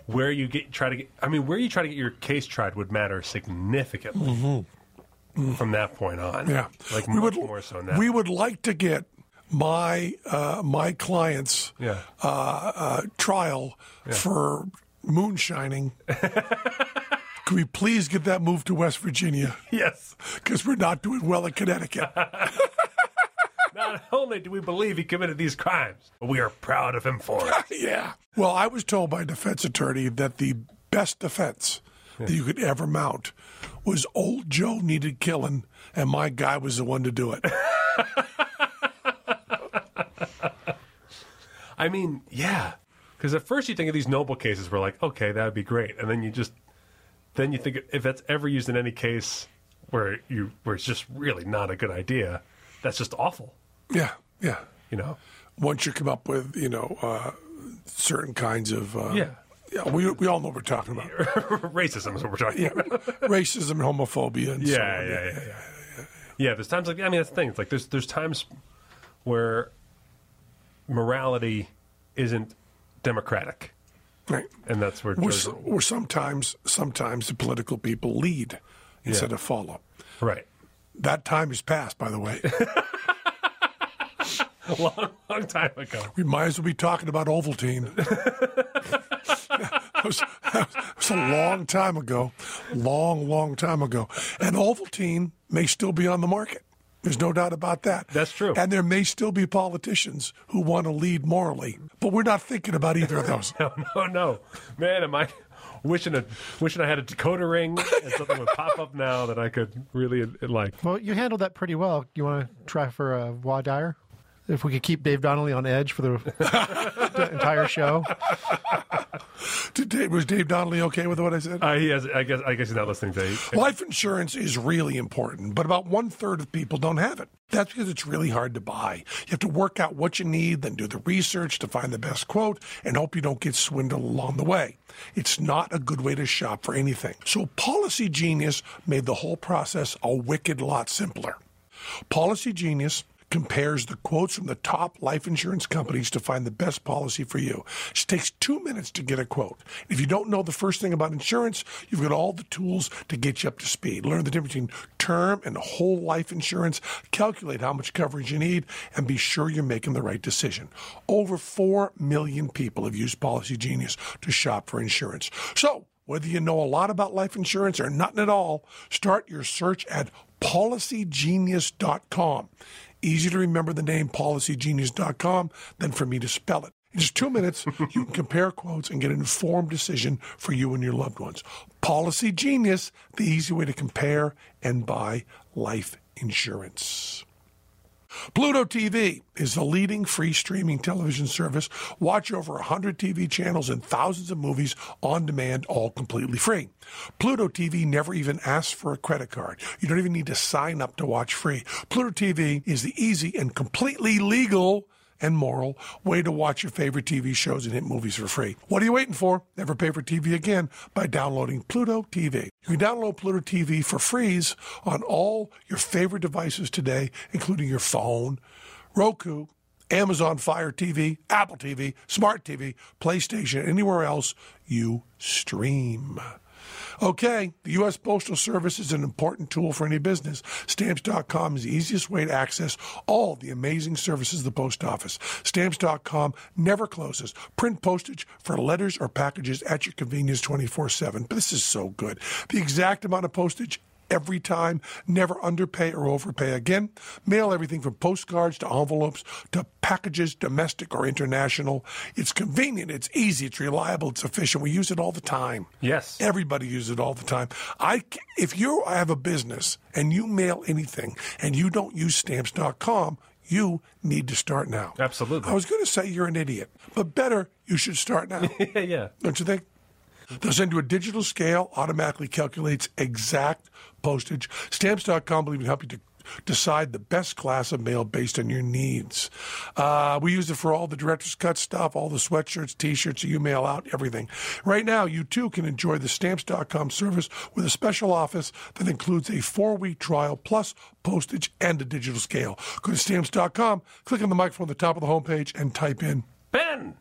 B: where you get try to get I mean where you try to get your case tried would matter significantly from that point on.
C: Mm-hmm. Yeah,
B: Like much more so now.
C: We would like to get my uh, my clients
B: yeah.
C: uh, uh, trial for moonshining Can we please get that moved to West Virginia?
B: Yes.
C: Because we're not doing well in Connecticut.
B: Not only do we believe he committed these crimes, but we are proud of him for it.
C: yeah. Well, I was told by a defense attorney that the best defense that you could ever mount was old Joe needed killing, and my guy was the one to do it.
B: I mean, yeah. Because at first you think of these noble cases, we're like, okay, that would be great, and then you just, then you think if that's ever used in any case where you where it's just really not a good idea, that's just awful,
C: yeah. Yeah.
B: you know?
C: Once you come up with, you know, uh, certain kinds of. Uh,
B: Yeah.
C: Yeah, we, we all know what we're talking about.
B: Racism is what we're talking
C: Yeah,
B: about.
C: racism and homophobia and so
B: Yeah, yeah,
C: on.
B: yeah, yeah, yeah. Yeah, there's times like I mean that's the thing. It's like there's there's times where morality isn't democratic,
C: Right.
B: and that's where
C: Where,
B: George-
C: where sometimes sometimes the political people lead instead of follow.
B: right.
C: That time is past, by the way.
B: A long, long time ago.
C: we might as well be talking about Ovaltine. that, was, that was a long time ago, long, long time ago. And Ovaltine may still be on the market. There's no doubt about that.
B: That's true.
C: And there may still be politicians who want to lead morally, but we're not thinking about either of those.
B: No, no, no, man. Am I wishing a wishing I had a Dakota ring and something would pop up now that I could really uh, like?
E: Well, you handled that pretty well. You want to try for a Wad Dyer? If we could keep Dave Donnelly on edge for the, the entire show.
C: Did Dave, was Dave Donnelly okay with what I said?
B: Uh, he has. I guess. I guess he's not listening to.
C: Life insurance is really important, but about one third of people don't have it. That's because it's really hard to buy. You have to work out what you need, then do the research to find the best quote, and hope you don't get swindled along the way. It's not a good way to shop for anything. So, Policy Genius made the whole process a wicked lot simpler. Policy Genius compares the quotes from the top life insurance companies to find the best policy for you. It takes two minutes to get a quote. If you don't know the first thing about insurance, you've got all the tools to get you up to speed. Learn the difference between term and whole life insurance, calculate how much coverage you need, and be sure you're making the right decision. Over 4 million people have used Policy Genius to shop for insurance. So, whether you know a lot about life insurance or nothing at all, start your search at policygenius.com. Easy to remember the name policygenius.com than for me to spell it. In just two minutes, you can compare quotes and get an informed decision for you and your loved ones. Policy Genius, the easy way to compare and buy life insurance. Pluto TV is the leading free streaming television service. Watch over 100 TV channels and thousands of movies on demand, all completely free. Pluto TV never even asks for a credit card. You don't even need to sign up to watch free. Pluto TV is the easy and completely legal and moral way to watch your favorite TV shows and hit movies for free. What are you waiting for? Never pay for TV again by downloading Pluto TV. You can download Pluto TV for free on all your favorite devices today, including your phone, Roku, Amazon Fire TV, Apple TV, Smart TV, PlayStation, anywhere else you stream. Okay, the U.S. Postal Service is an important tool for any business. Stamps.com is the easiest way to access all the amazing services of the post office. Stamps.com never closes. Print postage for letters or packages at your convenience 24 7. This is so good. The exact amount of postage every time. Never underpay or overpay again. Mail everything from postcards to envelopes to packages, domestic or international. It's convenient, it's easy, it's reliable, it's efficient. We use it all the time.
B: Yes.
C: Everybody uses it all the time. I, c- if you have a business and you mail anything and you don't use stamps.com, you need to start now.
B: Absolutely.
C: I was going to say you're an idiot, but better, you should start now.
B: yeah, yeah.
C: Don't you think? They'll send you a digital scale, automatically calculates exact postage. Stamps.com will even help you to decide the best class of mail based on your needs. Uh, we use it for all the director's cut stuff, all the sweatshirts, t shirts you mail out, everything. Right now, you too can enjoy the Stamps.com service with a special office that includes a four week trial plus postage and a digital scale. Go to Stamps.com, click on the microphone at the top of the homepage, and type in
B: Ben,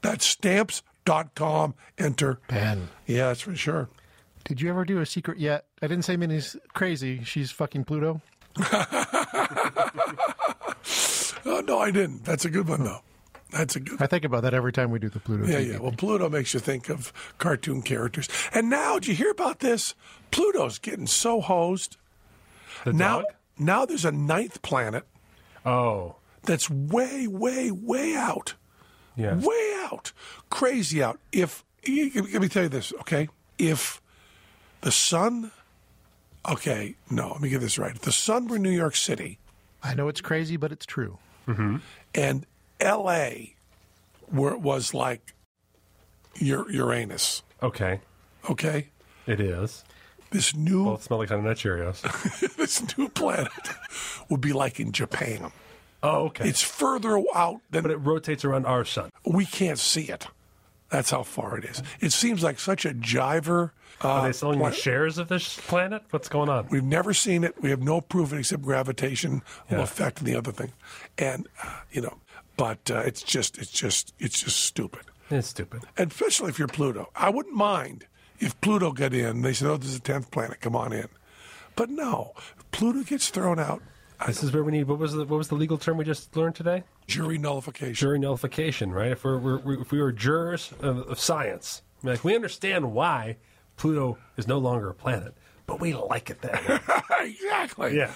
C: that's stamps.com. Enter.
E: Ben,
C: Yeah, that's for sure.
E: did you ever do a secret yet? I didn't say Minnie's crazy. She's fucking Pluto.
C: Uh, Oh, no, I didn't. That's a good one, though. That's a good.
E: I think about that every time we do the Pluto.
C: Yeah,
E: TV.
C: yeah. Well, Pluto makes you think of cartoon characters. And now, did you hear about this? Pluto's getting so hosed.
B: The
C: now,
B: dog?
C: now there's a ninth planet
B: Oh,
C: that's way, way, way out.
B: yeah.
C: Way out. Crazy out. If, y- y- let me tell you this, okay? If the sun, okay, no, let me get this right. If the sun were New York City
E: I know it's crazy, but it's true.
C: and LA were, was like Ur- Uranus,
B: Okay,
C: okay?
B: it is.
C: This new
B: Both smell like kind of nut Cheerios.
C: this new planet would be like in Japan.
B: Oh, okay.
C: It's further out than
B: but it rotates around our sun.
C: we can't see it. That's how far it is. It seems like such a jiver.
B: Are
C: Uh,
B: they selling you shares of this planet? What's going on?
C: we've never seen it. We have no proof of it except gravitation will affect the other thing, and uh, you know. But uh, it's just, it's just, it's just stupid.
B: It's stupid.
C: And especially if you're Pluto. I wouldn't mind if Pluto got in. They said, "Oh, this is a tenth planet. Come on in." But no, Pluto gets thrown out.
B: This is where we need. What was the what was the legal term we just learned today?
C: Jury nullification.
B: Jury nullification, right? If we're, we're if we were jurors of, of science, like we understand why Pluto is no longer a planet, but we like it that way.
C: exactly.
B: Yeah.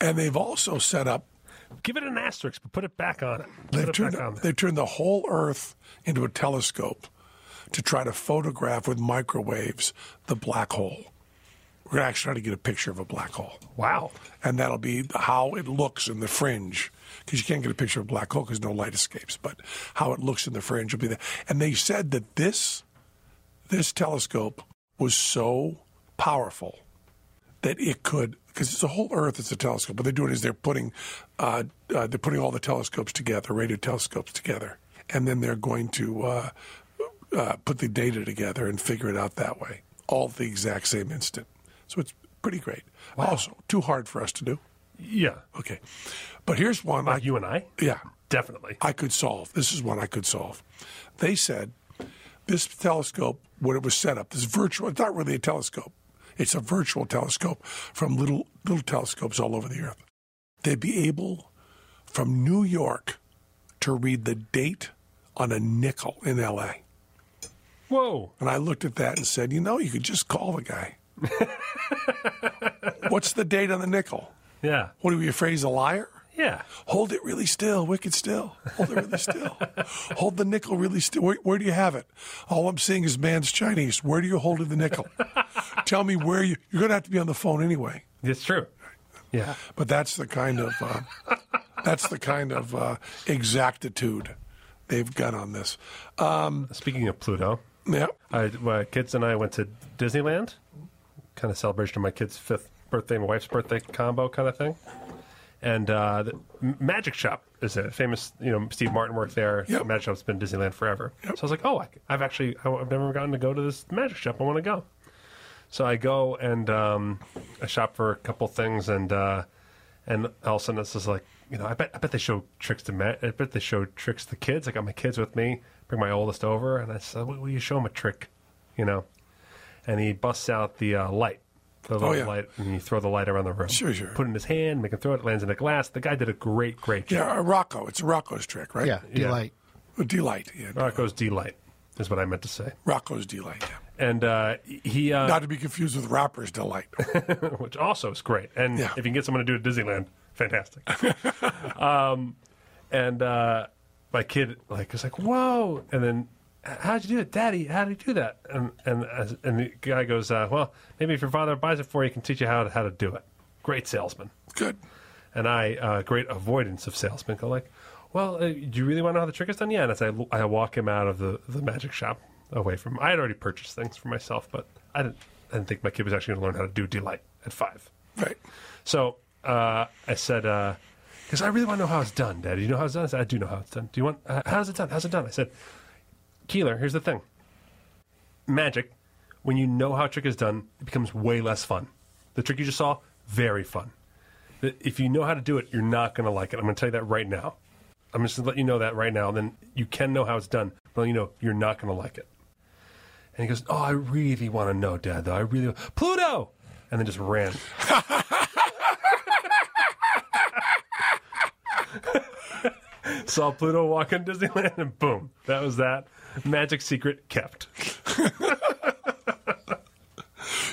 C: And they've also set up
B: Give it an asterisk, but put it back on it. Put
C: they've
B: it
C: turned
B: back on there.
C: they've turned the whole Earth into a telescope to try to photograph with microwaves the black hole. We're gonna actually try to get a picture of a black hole.
B: Wow.
C: And that'll be how it looks in the fringe. Because you can't get a picture of a black hole because no light escapes, but how it looks in the fringe will be there. And they said that this this telescope was so powerful that it could because it's the whole Earth is a telescope. What they're doing is they're putting uh, uh, they're putting all the telescopes together, radio telescopes together, and then they're going to uh, uh, put the data together and figure it out that way, all at the exact same instant. So it's pretty great. Also, too hard for us to do.
B: Yeah.
C: Okay, but here's one
B: Like
C: I
B: you and I,
C: yeah
B: definitely.
C: I could solve. This is one I could solve. They said this telescope, when it was set up, this virtual, it's not really a telescope. It's a virtual telescope from little little telescopes all over the earth. They'd be able from New York to read the date on a nickel in LA.
B: Whoa.
C: And I looked at that and said, you know, you could just call the guy. What's the date on the nickel?
B: Yeah.
C: What are we afraid he's a liar?
B: Yeah.
C: Hold it really still, wicked still. Hold it really still. hold the nickel really still. Where, where do you have it? All I'm seeing is man's Chinese. Where do you hold the nickel? Tell me where you. You're going to have to be on the phone anyway.
B: It's true. Yeah.
C: But that's the kind of uh, that's the kind of uh, exactitude they've got on this. Um,
B: Speaking of Pluto,
C: Yeah.
B: I, my kids and I went to Disneyland, kind of celebration of my kid's fifth birthday, my wife's birthday combo kind of thing. And uh, the M- Magic Shop is a famous, you know, Steve Martin worked there.
C: Yep.
B: Magic Shop's been Disneyland forever. So I was like, oh, I, I've actually, I- I've never gotten to go to this Magic Shop. I want to go. So I go and um, I shop for a couple things, and uh, and all of a sudden it's just like you know I bet I bet they show tricks to ma- I bet they show tricks to kids. I got my kids with me, bring my oldest over, and I said, "Will will you show him a trick?" You know, and he busts out the uh, light, the little
C: Oh, yeah.
B: light, and you throw the light around the room.
C: Sure, sure.
B: Put it in his hand, make him throw it. it Lands in the glass. The guy did a great, great job.
C: Yeah. uh, Rocco. It's Rocco's trick, right?
E: Yeah, delight.
C: Delight. Yeah.
B: Rocco's delight is what I meant to say,
C: Rocco's delight. Yeah.
B: and uh, he uh,
C: Not to be confused with Rapper's delight.
B: which also is great. And
C: Yeah.
B: if you can get someone to do it at Disneyland, fantastic. um, and uh, my kid like was like, "Whoa!" And then, "How'd you do it, Daddy? How did you do that?" And and as- and the guy goes, uh, "Well, maybe if your father buys it for you, he can teach you how to, how to do it." Great salesman.
C: Good.
B: And I, uh, great avoidance of salesmen, go like, "Well, uh, do you really want to know how the trick is done?" Yeah. And as I, I walk him out of the, the magic shop away from, I had already purchased things for myself, but I didn't, I didn't think my kid was actually going to learn how to do delight at five.
C: Right.
B: So uh, I said, because I really want to know how it's done, Dad. Do you know how it's done? I said, I do know how it's done. Do you want, uh, how's it done? How's it done? I said, Keeler, here's the thing magic, when you know how a trick is done, it becomes way less fun. The trick you just saw, very fun. The- If you know how to do it, you're not going to like it. I'm going to tell you that right now. I'm just going to let you know that right now. And then you can know how it's done, but I'll let you know you're not going to like it. And he goes, Oh, I really want to know, Dad, though. I really, Pluto! And then just ran. Saw Pluto walk in Disneyland, and boom, that was that. Magic secret kept.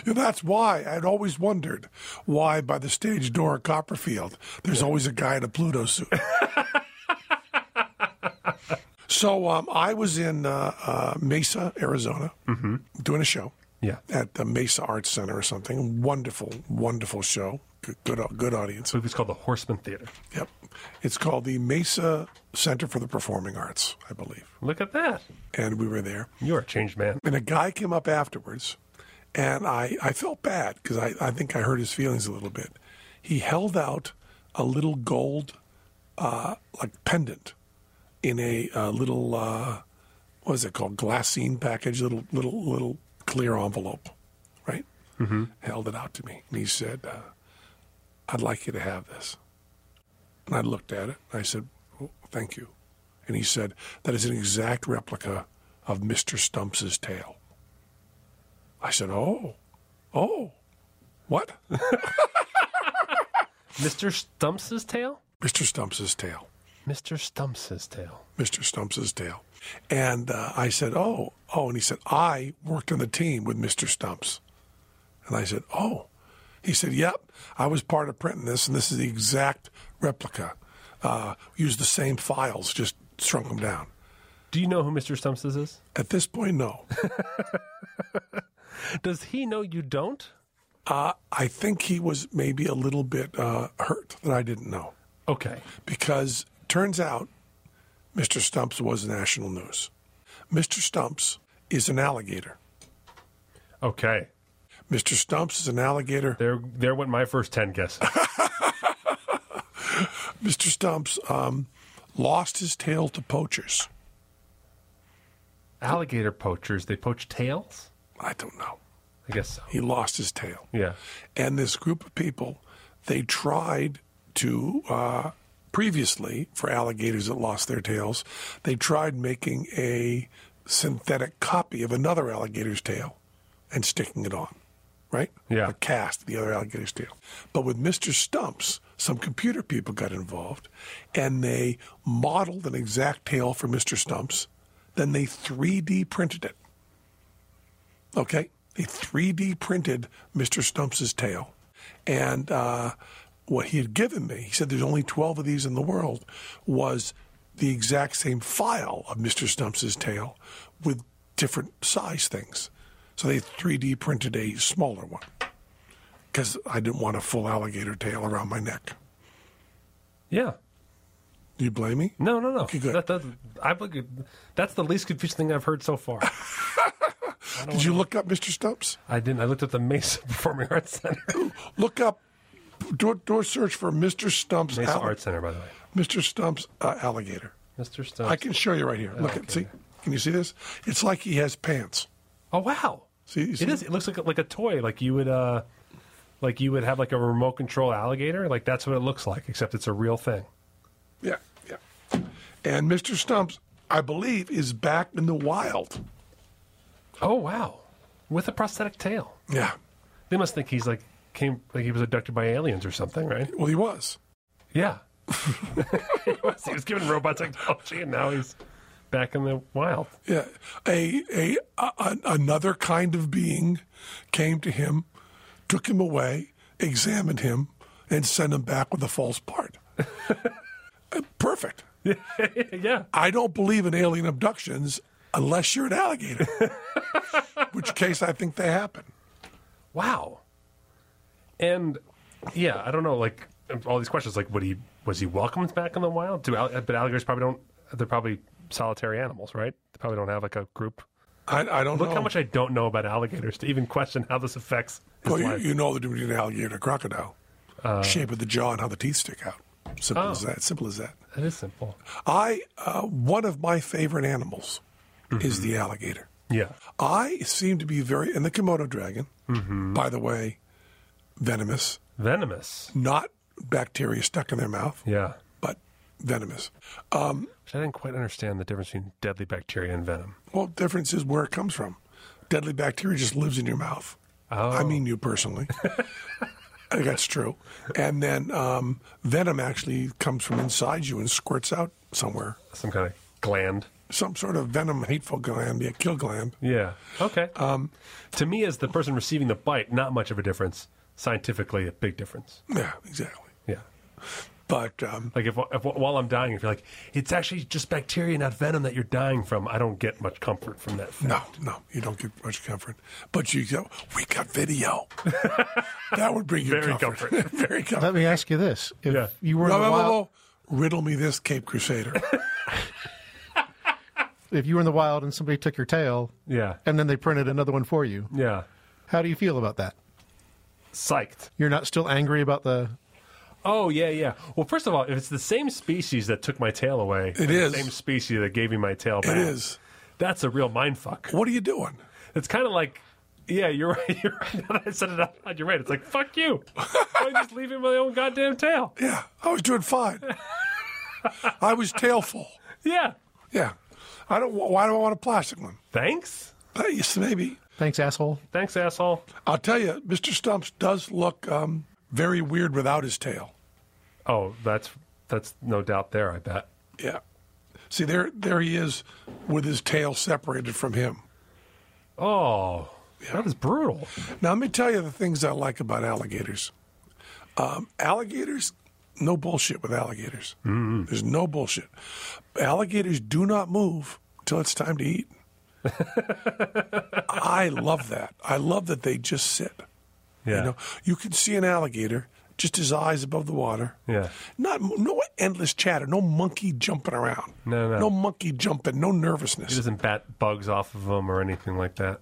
C: And that's why I'd always wondered why by the stage door at Copperfield, there's always a guy in a Pluto suit. so um, I was in uh, uh, Mesa, Arizona, doing a show
B: Yeah.
C: at the Mesa Arts Center or something. Wonderful, wonderful show. Good, good, uh, good audience.
B: So it was called the Horseman Theater.
C: Yep. It's called the Mesa Center for the Performing Arts, I believe.
B: Look at that.
C: And we were there.
B: You are a changed man.
C: And a guy came up afterwards, and I, I felt bad because I, I think I hurt his feelings a little bit. He held out a little gold, uh, like pendant, in a uh, little uh, what is it called? Glassine package, little little little clear envelope, right? Mm-hmm. Held it out to me, and he said, uh, "I'd like you to have this." And I looked at it. And I said, oh, "Thank you." And he said, "That is an exact replica of Mr. Stumps's tail." I said, "Oh, oh, what?
B: Mr. Stumps's tail?
C: Mr. Stumps's tail,
B: Mr. Stumps's tail.
C: Mr. Stumps's tail." And uh, I said, "Oh, oh," and he said, "I worked on the team with Mr. Stumps." And I said, "Oh," he said, "Yep, I was part of printing this, and this is the exact replica. Uh, used the same files, just shrunk them down."
B: Do you know who Mr. Stumps is?
C: At this point, no.
B: Does he know you don't?
C: Uh, I think he was maybe a little bit uh, hurt that I didn't know
B: Okay.
C: because turns out Mr. Stumps was national news. Mr. Stumps is an alligator.
B: Okay.
C: Mr. Stumps is an alligator.
B: There there went my first 10 guesses.
C: Mr. Stumps um, lost his tail to poachers.
B: Alligator poachers, they poach tails?
C: I don't know.
B: I guess so.
C: He lost his tail.
B: Yeah.
C: and this group of people, they tried to uh, previously for alligators that lost their tails, they tried making a synthetic copy of another alligator's tail and sticking it on, right?
B: Yeah.
C: A cast of the other alligator's tail. But with Mr. Stumps, some computer people got involved and they modeled an exact tail for Mr. Stumps. Then they 3D printed it. Okay, they 3D printed Mr. Stumps's tail, and uh, what he had given me, he said, "There's only 12 of these in the world," was the exact same file of Mr. Stumps's tail with different size things. So they 3D printed a smaller one because I didn't want a full alligator tail around my neck.
B: Yeah.
C: Do you blame me?
B: No, no, no.
C: Okay, good.
B: That, that, I believe that's the least confusing thing I've heard so far.
C: Did you look up Mr. Stumps?
B: I didn't. I looked at the Mesa Performing Arts Center.
C: Look up. Do, do a search for Mr. Stumps.
B: Mesa
C: alli-
B: Arts Center, by the way.
C: Mr. Stumps uh, alligator.
B: Mr.
C: I
B: Stumps.
C: can show you right here. Look at see. Can you see this? It's like he has pants.
B: Oh wow!
C: See, you see?
B: It is. It looks like a, like a toy. Like you would, uh, like you would have like a remote control alligator. Like that's what it looks like, except it's a real thing.
C: Yeah, yeah. And Mr. Stumps, I believe, is back in the wild.
B: Oh wow! With a prosthetic tail.
C: Yeah.
B: They must think he's like came like he was abducted by aliens or something, right?
C: Well, he was.
B: Yeah. he, was, he was given robot technology, and now he's back in the wild.
C: Yeah. A, a, a an- another kind of being came to him, took him away, examined him, and sent him back with a false part. Uh, Perfect.
B: yeah.
C: I don't believe in alien abductions unless you're an alligator, which case I think they happen.
B: Wow. And yeah, I don't know. Like all these questions, like would he was he welcomed back in the wild? Do al- but alligators probably don't. They're probably solitary animals, right? They probably don't have like a group.
C: I, I don't
B: Look
C: know.
B: how much I don't know about alligators to even question how this affects his
C: Well, Oh, you,
B: life.
C: you know the difference between an alligator and a crocodile.
B: Uh,
C: Shape of the jaw and how the teeth stick out. Simple
B: Oh.
C: as that. Simple as that.
B: That is simple.
C: I uh, one of my favorite animals
B: Mm-hmm.
C: is the alligator.
B: Yeah.
C: I seem to be very and the Komodo dragon,
B: Mm-hmm.
C: by the way, venomous,
B: Venomous.
C: not bacteria stuck in their mouth,
B: Yeah.
C: but venomous. Um,
B: Which I didn't quite understand the difference between deadly bacteria and venom.
C: Well, difference is where it comes
B: Oh,
C: from. Deadly bacteria just lives in your mouth. I mean you personally. I think that's true. And then um, venom actually comes from inside you and squirts out somewhere.
B: Some kind of gland.
C: Some sort of venom, hateful gland, yeah, kill gland.
B: Yeah. Okay. Um, to me, as the person receiving the bite, not much of a difference. Scientifically, a big difference.
C: Yeah, exactly.
B: Yeah.
C: But um,
B: Like if, if while I'm dying, if you're like, it's actually just bacteria, not venom, that you're dying from. I don't get much comfort from that.
C: no, no, you don't get much comfort. But you go, we got video. that would bring you
B: Very comfort.
C: Very comfort.
E: Let me ask you this: If
B: Yeah.
E: you were in
C: Whoa,
E: the
C: whoa, whoa,
E: wild,
C: whoa. Riddle me this, Cape Crusader.
E: if you were in the wild and somebody took your tail,
B: Yeah.
E: and then they printed another one for you,
B: Yeah.
E: how do you feel about that?
B: Psyched.
E: You're not still angry about the
B: Oh yeah, yeah. Well, first of all, if it's the same species that took my tail away, it
C: is.
B: the same species that gave me my tail back.
C: is.
B: That's a real mind fuck.
C: what are you doing?
B: It's kind of like, yeah, you're right. You're right. Now that I said it out loud, you're right. It's like fuck you. I'm just leaving my own goddamn tail.
C: Yeah, I was doing fine. I was tailful.
B: Yeah.
C: Yeah. I don't. Why do I want a plastic one?
B: Thanks.
C: Uh, Yes, maybe.
E: thanks asshole?
B: Thanks, asshole.
C: I'll tell you, Mr. Stumps does look um, very weird without his tail.
B: Oh, that's that's no doubt there. I bet.
C: Yeah. See, there, there he is with his tail separated from him.
B: Oh, that is brutal.
C: Now, let me tell you the things I like about alligators. Um, alligators, no bullshit with alligators. There's no bullshit. Alligators do not move till it's time to eat. I love that. I love that they just sit.
B: Yeah.
C: You know, you can see an alligator, just his eyes above the water.
B: Yeah.
C: Not no endless chatter, no monkey jumping around.
B: No, no.
C: No monkey jumping, no
B: He
C: nervousness.
B: doesn't bat bugs off of him or anything like that.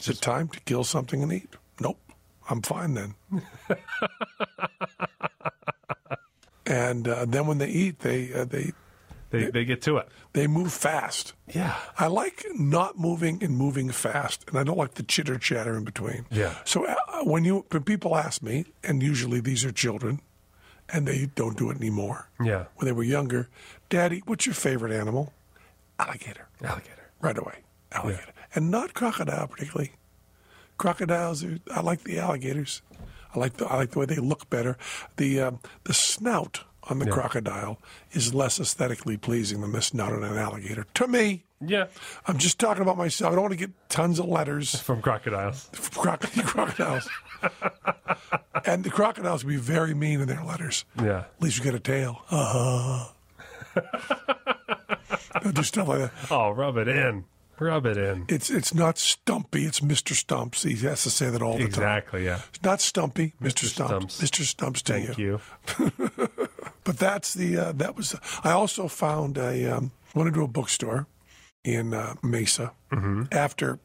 C: Is it time to kill something and eat? Nope. I'm fine then. and uh, then when they eat, they uh, they
B: They they get to it.
C: they move fast.
B: Yeah.
C: I like not moving and moving fast, and I don't like the chitter chatter in between.
B: Yeah.
C: So uh, when you when people ask me, and usually these are children, and they don't do it anymore.
B: Yeah.
C: When they were younger, Daddy, what's your favorite animal? Alligator.
B: Alligator.
C: right away. Alligator. And not crocodile particularly. Crocodiles are, I like the alligators. I like the I like the way they look better. The um, the snout on the crocodile is less aesthetically pleasing than the snout on an alligator. To me,
B: Yeah.
C: I'm just talking about myself. I don't want to get tons of letters
B: From crocodiles.
C: from croc- crocodiles. and the crocodiles can be very mean in their letters.
B: Yeah.
C: At least you get a tail. Uh huh. They'll do stuff like that.
B: Oh, rub it in. Rub it in.
C: It's it's not Stumpy. It's Mr. Stumps. He has to say that all the time.
B: Exactly. Yeah.
C: It's not Stumpy. Mr. Stumps.
B: Stumps.
C: Mr. Stumps to
B: Thank you.
C: But that's the uh, that was. I also found I um, went into a bookstore in uh, Mesa after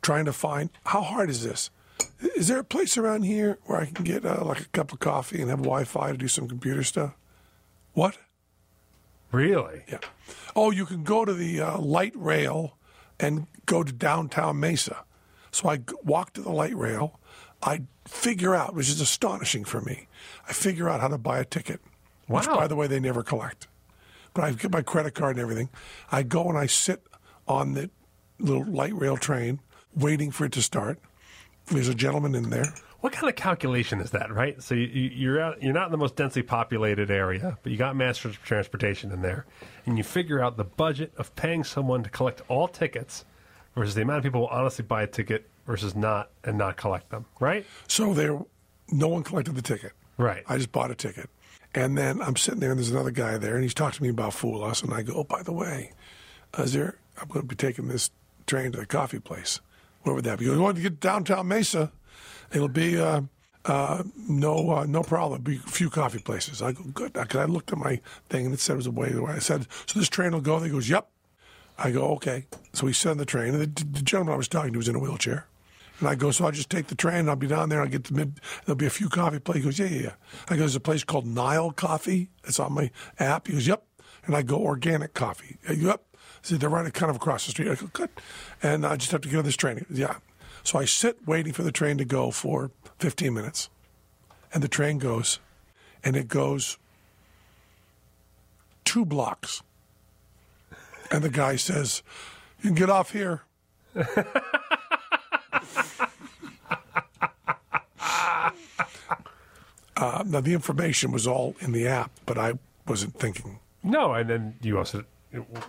C: trying to find how hard is this. Is there a place around here where I can get uh, like a cup of coffee and have Wi-Fi to do some computer stuff? What?
B: Really?
C: Yeah. Oh, you can go to the uh, light rail and go to downtown Mesa. So I g- walk to the light rail. I figure out, which is astonishing for me, I figure out how to buy a ticket. Which,
B: Wow.
C: by the way, they never collect. But I get my credit card and everything. I go and I sit on the little light rail train waiting for it to start. There's a gentleman in there.
B: What kind of calculation is that, right? So you, you, you're out, you're not in the most densely populated area, but you got mass tr- transportation in there, and you figure out the budget of paying someone to collect all tickets versus the amount of people who honestly buy a ticket versus not and not collect them, right?
C: So there, no one collected the ticket.
B: Right.
C: I just bought a ticket. And then I'm sitting there, and there's another guy there, and he's talking to me about Fool Us. And I go, Oh, by the way, uh, is there, I'm going to be taking this train to the coffee place. Where would that be? You want to get downtown Mesa? It'll be uh, uh, no uh, no problem. Be a few coffee places. I go, Good. Because I looked at my thing, and it said it was a way away. I said, So this train will go? He goes, Yep. I go, Okay. So we sit on the train, and the, the gentleman I was talking to was in a wheelchair. And I go, so I'll just take the train and I'll be down there. I'll get to mid. There'll be a few coffee places. He goes, yeah, yeah, yeah. I go, there's a place called Nile Coffee. It's on my app. He goes, yep. And I go, organic coffee. "Yeah, Yep. See, they're right kind of across the street. I go, good. And I just have to get on this train. He goes, yeah. So I sit waiting for the train to go for 15 minutes. And the train goes, and it goes two blocks. And the guy says, you can get off here. Uh, now the information was all in the app, but I wasn't thinking
B: No, and then you also,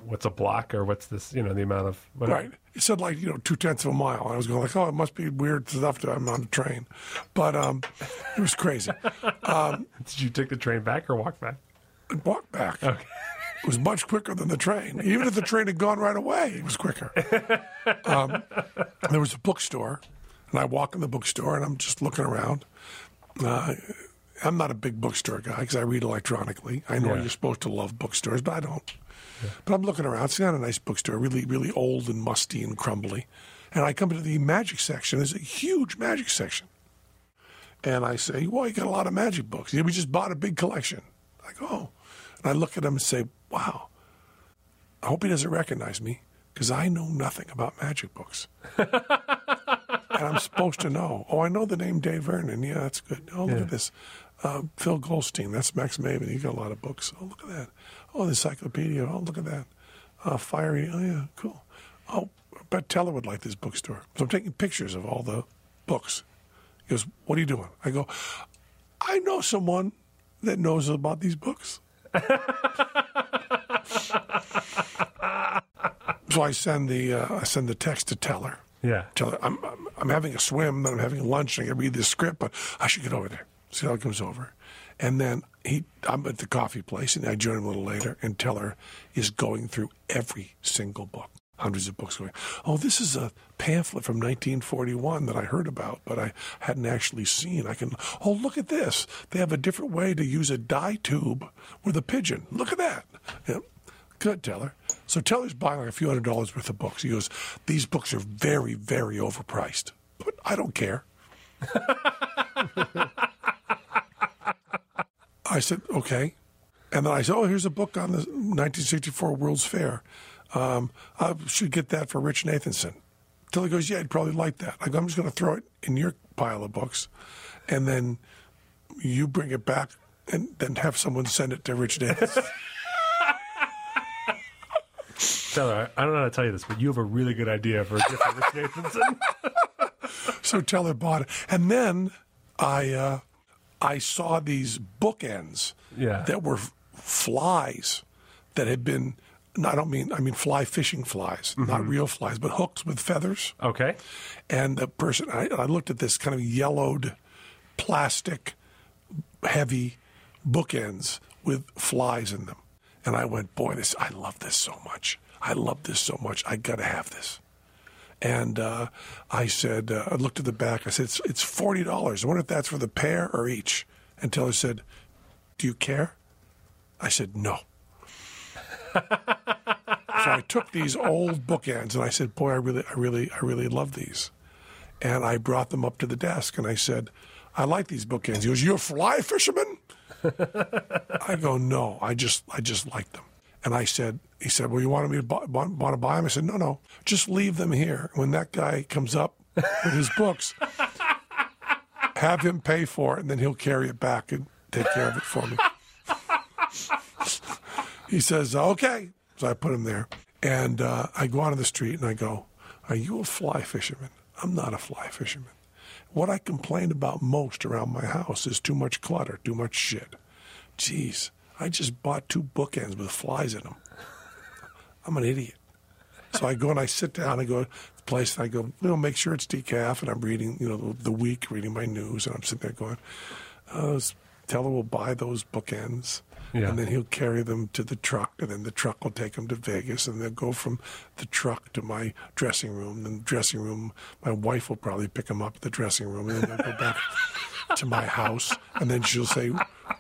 B: what's a block or what's this? You know, the amount of whatever.
C: Right. It said like, you know, two tenths of a mile. And I was going like, oh, it must be weird stuff that I'm on a train. But um, it was crazy.
B: Did you take the train back or walk back?
C: I walked back. It was much quicker than the train. Even if the train had gone right away, it was quicker. Um, there was a bookstore, and I walk in the bookstore, and I'm just looking around. Uh, I'm not a big bookstore guy because I read electronically. I know
B: Yeah.
C: you're supposed to love bookstores, but I don't. But I'm looking around. It's not a nice bookstore, really, really old and musty and crumbly. And I come to the magic section. There's a huge magic section. And I say, Well, you got a lot of magic books. Yeah, we just bought a big collection. Like, oh. And I look at him and say, Wow, I hope he doesn't recognize me because I know nothing about magic books. and I'm supposed to know. Oh, I know the name Dave Vernon. Yeah, that's good. Oh, look at this. Uh, Phil Goldstein. That's Max Maven. He got a lot of books. Oh, look at that. Oh, the encyclopedia. Oh, look at that. Uh, Fiery. Oh, yeah, cool. Oh, I bet Teller would like this bookstore. So I'm taking pictures of all the books. He goes, What are you doing? I go, I know someone that knows about these books. so I send the uh, I send the text to Teller.
B: Yeah.
C: Tell her, I'm, I'm, I'm having a swim, then I'm having lunch, and I can read this script, but I should get over there. So Teller comes over. And then he, I'm at the coffee place, and I join him a little later, and Teller is going through every single book, hundreds of books going, oh, this is a pamphlet from 1941 that I heard about, but I hadn't actually seen. I can, oh, look at this. They have a different way to use a dye tube with a pigeon. Look at that. Yep. Good, Teller. So Teller's buying like a few hundred dollars worth of books. He goes, These books are very, very overpriced. But I don't care. I said, Okay. And then I said, Oh, here's a book on the 1964 World's Fair. Um, I should get that for Rich Nathanson. Teller goes, Yeah, I'd probably like that. I go, I'm just going to throw it in your pile of books. And then you bring it back and then have someone send it to Rich Nathanson.
B: Tyler, I I don't know how to tell you this, but you have a really good idea for a gift for Rich Nathanson.
C: So Teller bought it, and then I uh, I saw these bookends
B: Yeah.
C: that were f- flies that had been. No, I don't mean I mean fly fishing flies, not real flies, but hooks with feathers.
B: Okay.
C: And the person I, I looked at this kind of yellowed, plastic, heavy bookends with flies in them, and I went, boy, this I love this so much. I love this so much. I gotta have this. And uh, I said, uh, I looked at the back. I said, it's, it's forty dollars. I wonder if that's for the pair or each. And Taylor said, Do you care? I said, No. so I took these old bookends and I said, Boy, I really, I really, I really love these. And I brought them up to the desk and I said, I like these bookends. He goes, You're a fly fisherman? I go, no, I just, I just like them. And I said, he said, well, you wanted me to buy, want, want to buy them? I said, no, no, just leave them here. When that guy comes up with his books, have him pay for it, and then he'll carry it back and take care of it for me. he says, okay. So I put him there, and uh, I go out on the street and I go, are you a fly fisherman? I'm not a fly fisherman. What I complain about most around my house is too much clutter, too much shit. Jeez, I just bought two bookends with flies in them. I'm an idiot. So I go and I sit down. I go to the place and I go, you know, make sure it's decaf. And I'm reading, you know, the, the week, reading my news. And I'm sitting there going, uh, s- Teller will buy those bookends.
B: Yeah.
C: And then he'll carry them to the truck. And then the truck will take them to Vegas. And they'll go from the truck to my dressing room. Then dressing room, my wife will probably pick them up at the dressing room. And then they'll go back to my house. And then she'll say,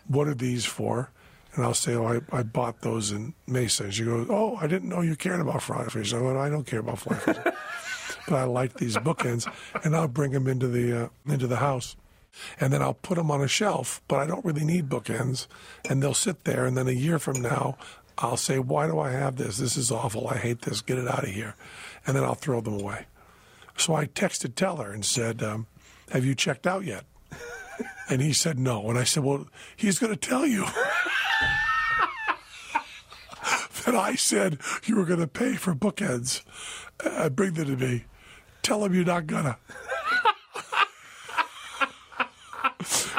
C: what are these for? And I'll say, oh, I, I bought those in Mesa. And she goes, oh, I didn't know you cared about fly fishing. I went, I don't care about fly fishing. but I like these bookends. And I'll bring them into the, uh, into the house. And then I'll put them on a shelf, but I don't really need bookends. And they'll sit there. And then a year from now, I'll say, why do I have this? This is awful. I hate this. Get it out of here. And then I'll throw them away. So I texted Teller and said, um, have you checked out yet? And he said no. And I said, Well, he's going to tell you. that I said you were going to pay for bookends. Uh, bring them to me. Tell him you're not going to.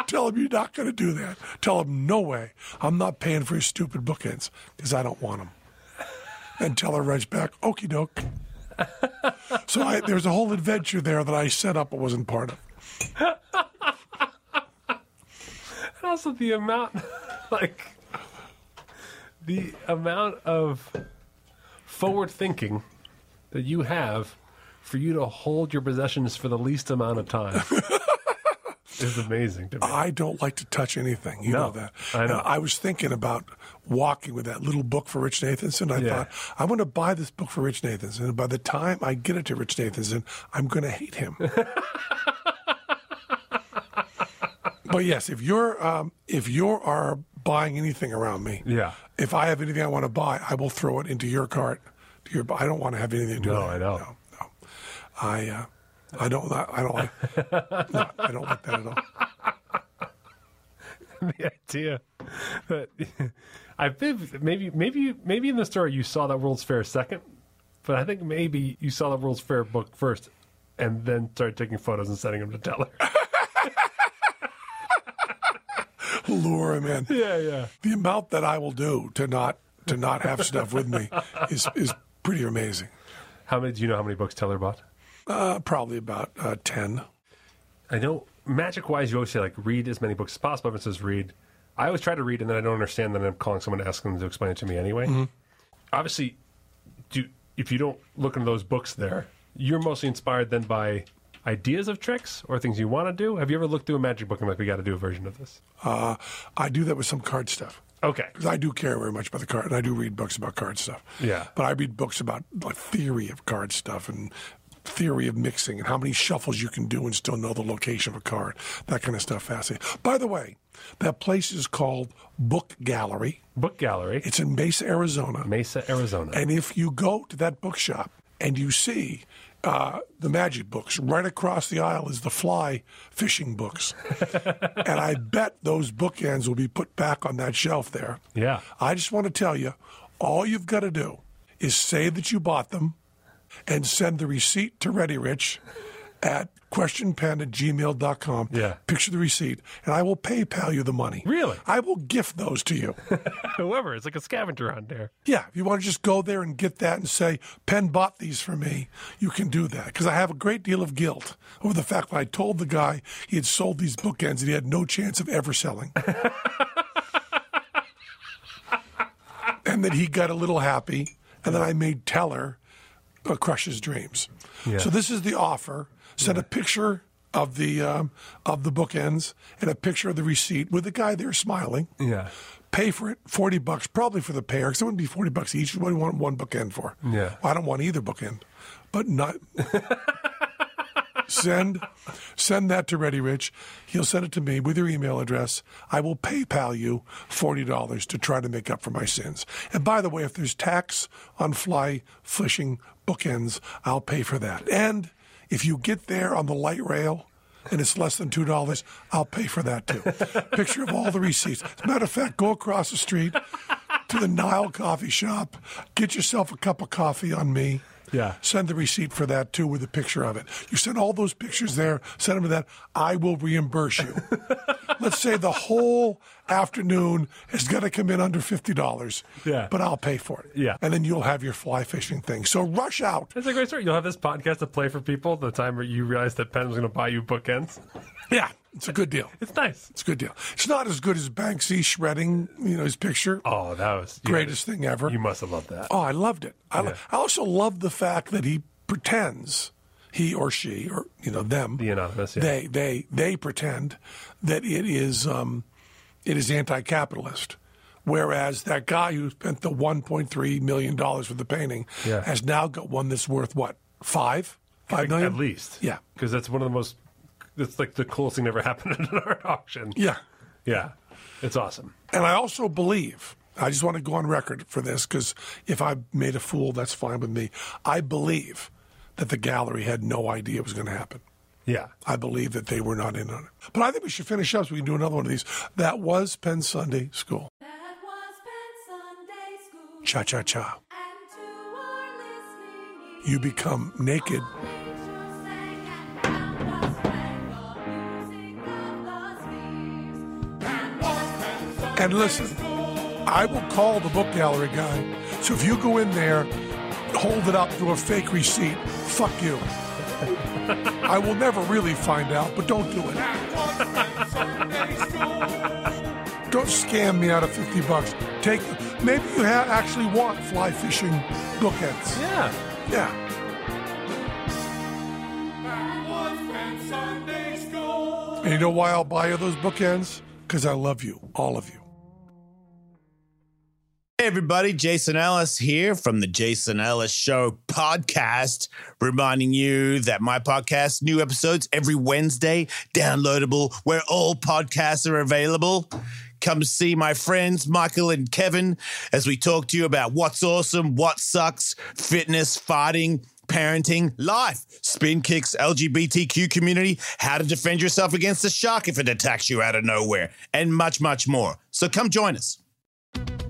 C: Tell him you're not going to do that. Tell him, no way. I'm not paying for your stupid bookends because I don't want them. And tell her right back, okie doke. so I, there's a whole adventure there that I set up but wasn't part of.
B: And also the amount, like, the amount of forward thinking that you have for you to hold your possessions for the least amount of time is amazing to me.
C: I don't like to touch anything. You
B: No,
C: know that.
B: I know.
C: And I was thinking about walking with that little book for Rich Nathanson. I
B: Yeah.
C: thought, I'm going to buy this book for Rich Nathanson. And by the time I get it to Rich Nathanson, I'm going to hate him. but yes, if you're um, if you are buying anything around me,
B: Yeah.
C: if I have anything I want to buy, I will throw it into your cart. To your, I don't want to have anything to do
B: No,
C: with
B: I
C: it.
B: know.
C: No, no. I, uh, I don't. I don't like. no, I don't like that at all.
B: the idea that I think maybe maybe maybe in the story you saw that World's Fair second, but I think maybe you saw the World's Fair book first, and then started taking photos and sending them to Teller.
C: lure him in.
B: yeah, yeah.
C: The amount that I will do to not to not have stuff with me is is pretty amazing.
B: How many? Do you know how many books Teller bought?
C: Uh, probably about uh, ten.
B: I know magic wise, you always say like read as many books as possible. Everyone says read. I always try to read, and then I don't understand. Then I'm calling someone to ask them to explain it to me anyway. Obviously, do if you don't look into those books there, you're mostly inspired then by ideas of tricks or things you want to do. Have you ever looked through a magic book and like we got to do a version of this?
C: Uh, I do that with some card stuff.
B: Okay,
C: 'Cause I do care very much about the card, and I do read books about card stuff.
B: Yeah.
C: but I read books about like theory of card stuff and theory of mixing and how many shuffles you can do and still know the location of a card. That kind of stuff fascinating. By the way, that place is called Book Gallery.
B: book gallery,
C: It's in Mesa, Arizona.
B: Mesa, Arizona.
C: And if you go to that bookshop and you see uh, the magic books, right across the aisle is the fly fishing books. and I bet those bookends will be put back on that shelf there.
B: yeah,
C: I just want to tell you all you've got to do is say that you bought them and send the receipt to Ready Rich at questionpen at gmail.com.
B: Yeah.
C: Picture the receipt, and I will PayPal you the money.
B: Really?
C: I will gift those to you.
B: whoever it's like a scavenger hunt there.
C: Yeah, if you want to just go there and get that and say, Penn bought these for me, you can do that. Because I have a great deal of guilt over the fact that I told the guy he had sold these bookends and he had no chance of ever selling. and that he got a little happy, and then I made Teller uh, crush his dreams.
B: Yeah.
C: So this is the offer. Send a picture of the um, of the bookends and a picture of the receipt with the guy there smiling
B: Yeah,
C: pay for it, forty bucks, probably for the pair, because it wouldn't be forty bucks each. What do you want one bookend for?
B: Yeah.
C: Well, I don't want either bookend, but not. send, send that to Ready Rich. He'll send it to me with your email address. I will PayPal you forty dollars to try to make up for my sins. And by the way, if there's tax on fly fishing bookends, I'll pay for that. And if you get there on the light rail and it's less than two dollars, I'll pay for that too. Picture of all the receipts. As a matter of fact, go across the street to the Nile coffee shop, get yourself a cup of coffee on me.
B: Yeah.
C: Send the receipt for that too with a picture of it. You send all those pictures there, send them to that. I will reimburse you. Let's say the whole afternoon is going to come in under $50.
B: Yeah.
C: But I'll pay for it.
B: Yeah.
C: And then you'll have your fly fishing thing. So rush out.
B: that's a great story. You'll have this podcast to play for people the time where you realize that Penn was going to buy you bookends.
C: Yeah. It's a good deal.
B: It's nice.
C: It's a good deal. It's not as good as Banksy shredding, you know, his picture.
B: Oh, that was you-
C: Greatest thing ever.
B: You must have loved that.
C: Oh, I loved it. I, lo- I also love the fact that he pretends, he or she, or you know them,
B: The anonymous, yeah.
C: they they they pretend that it is um, it is anti-capitalist. Whereas that guy who spent the 1.3 million dollars for the painting
B: Yeah.
C: has now got one that's worth what five five million
B: at least.
C: Yeah.
B: because that's one of the most. That's like the coolest thing that ever happened at an art auction.
C: Yeah,
B: yeah, it's awesome.
C: and I also believe I just want to go on record for this because if I made a fool, that's fine with me. I believe that the gallery had no idea it was going to happen.
B: Yeah,
C: I believe that they were not in on it. But I think we should finish up so we can do another one of these. That was Penn Sunday School.
A: That was Penn Sunday School.
C: Cha cha cha.
A: And to our listening
C: You become naked.
A: angels sang and round us rang the music of the sphere.
C: And listen, I will call the book gallery guy. So if you go in there, hold it up to a fake receipt, fuck you. I will never really find out, but don't do it. Don't scam me out of 50 bucks. Take maybe you ha- actually want fly fishing bookends.
B: Yeah.
C: Yeah. And you know why I'll buy you those bookends? Because I love you, all of you.
F: Hey everybody, Jason Ellis here from the Jason Ellis Show podcast, reminding you that my podcast, new episodes every Wednesday, downloadable where all podcasts are available. Come see my friends Michael and Kevin as we talk to you about what's awesome, what sucks, fitness, fighting, parenting, life, spin kicks, LGBTQ community, how to defend yourself against a shark if it attacks you out of nowhere, and much, much more. So come join us.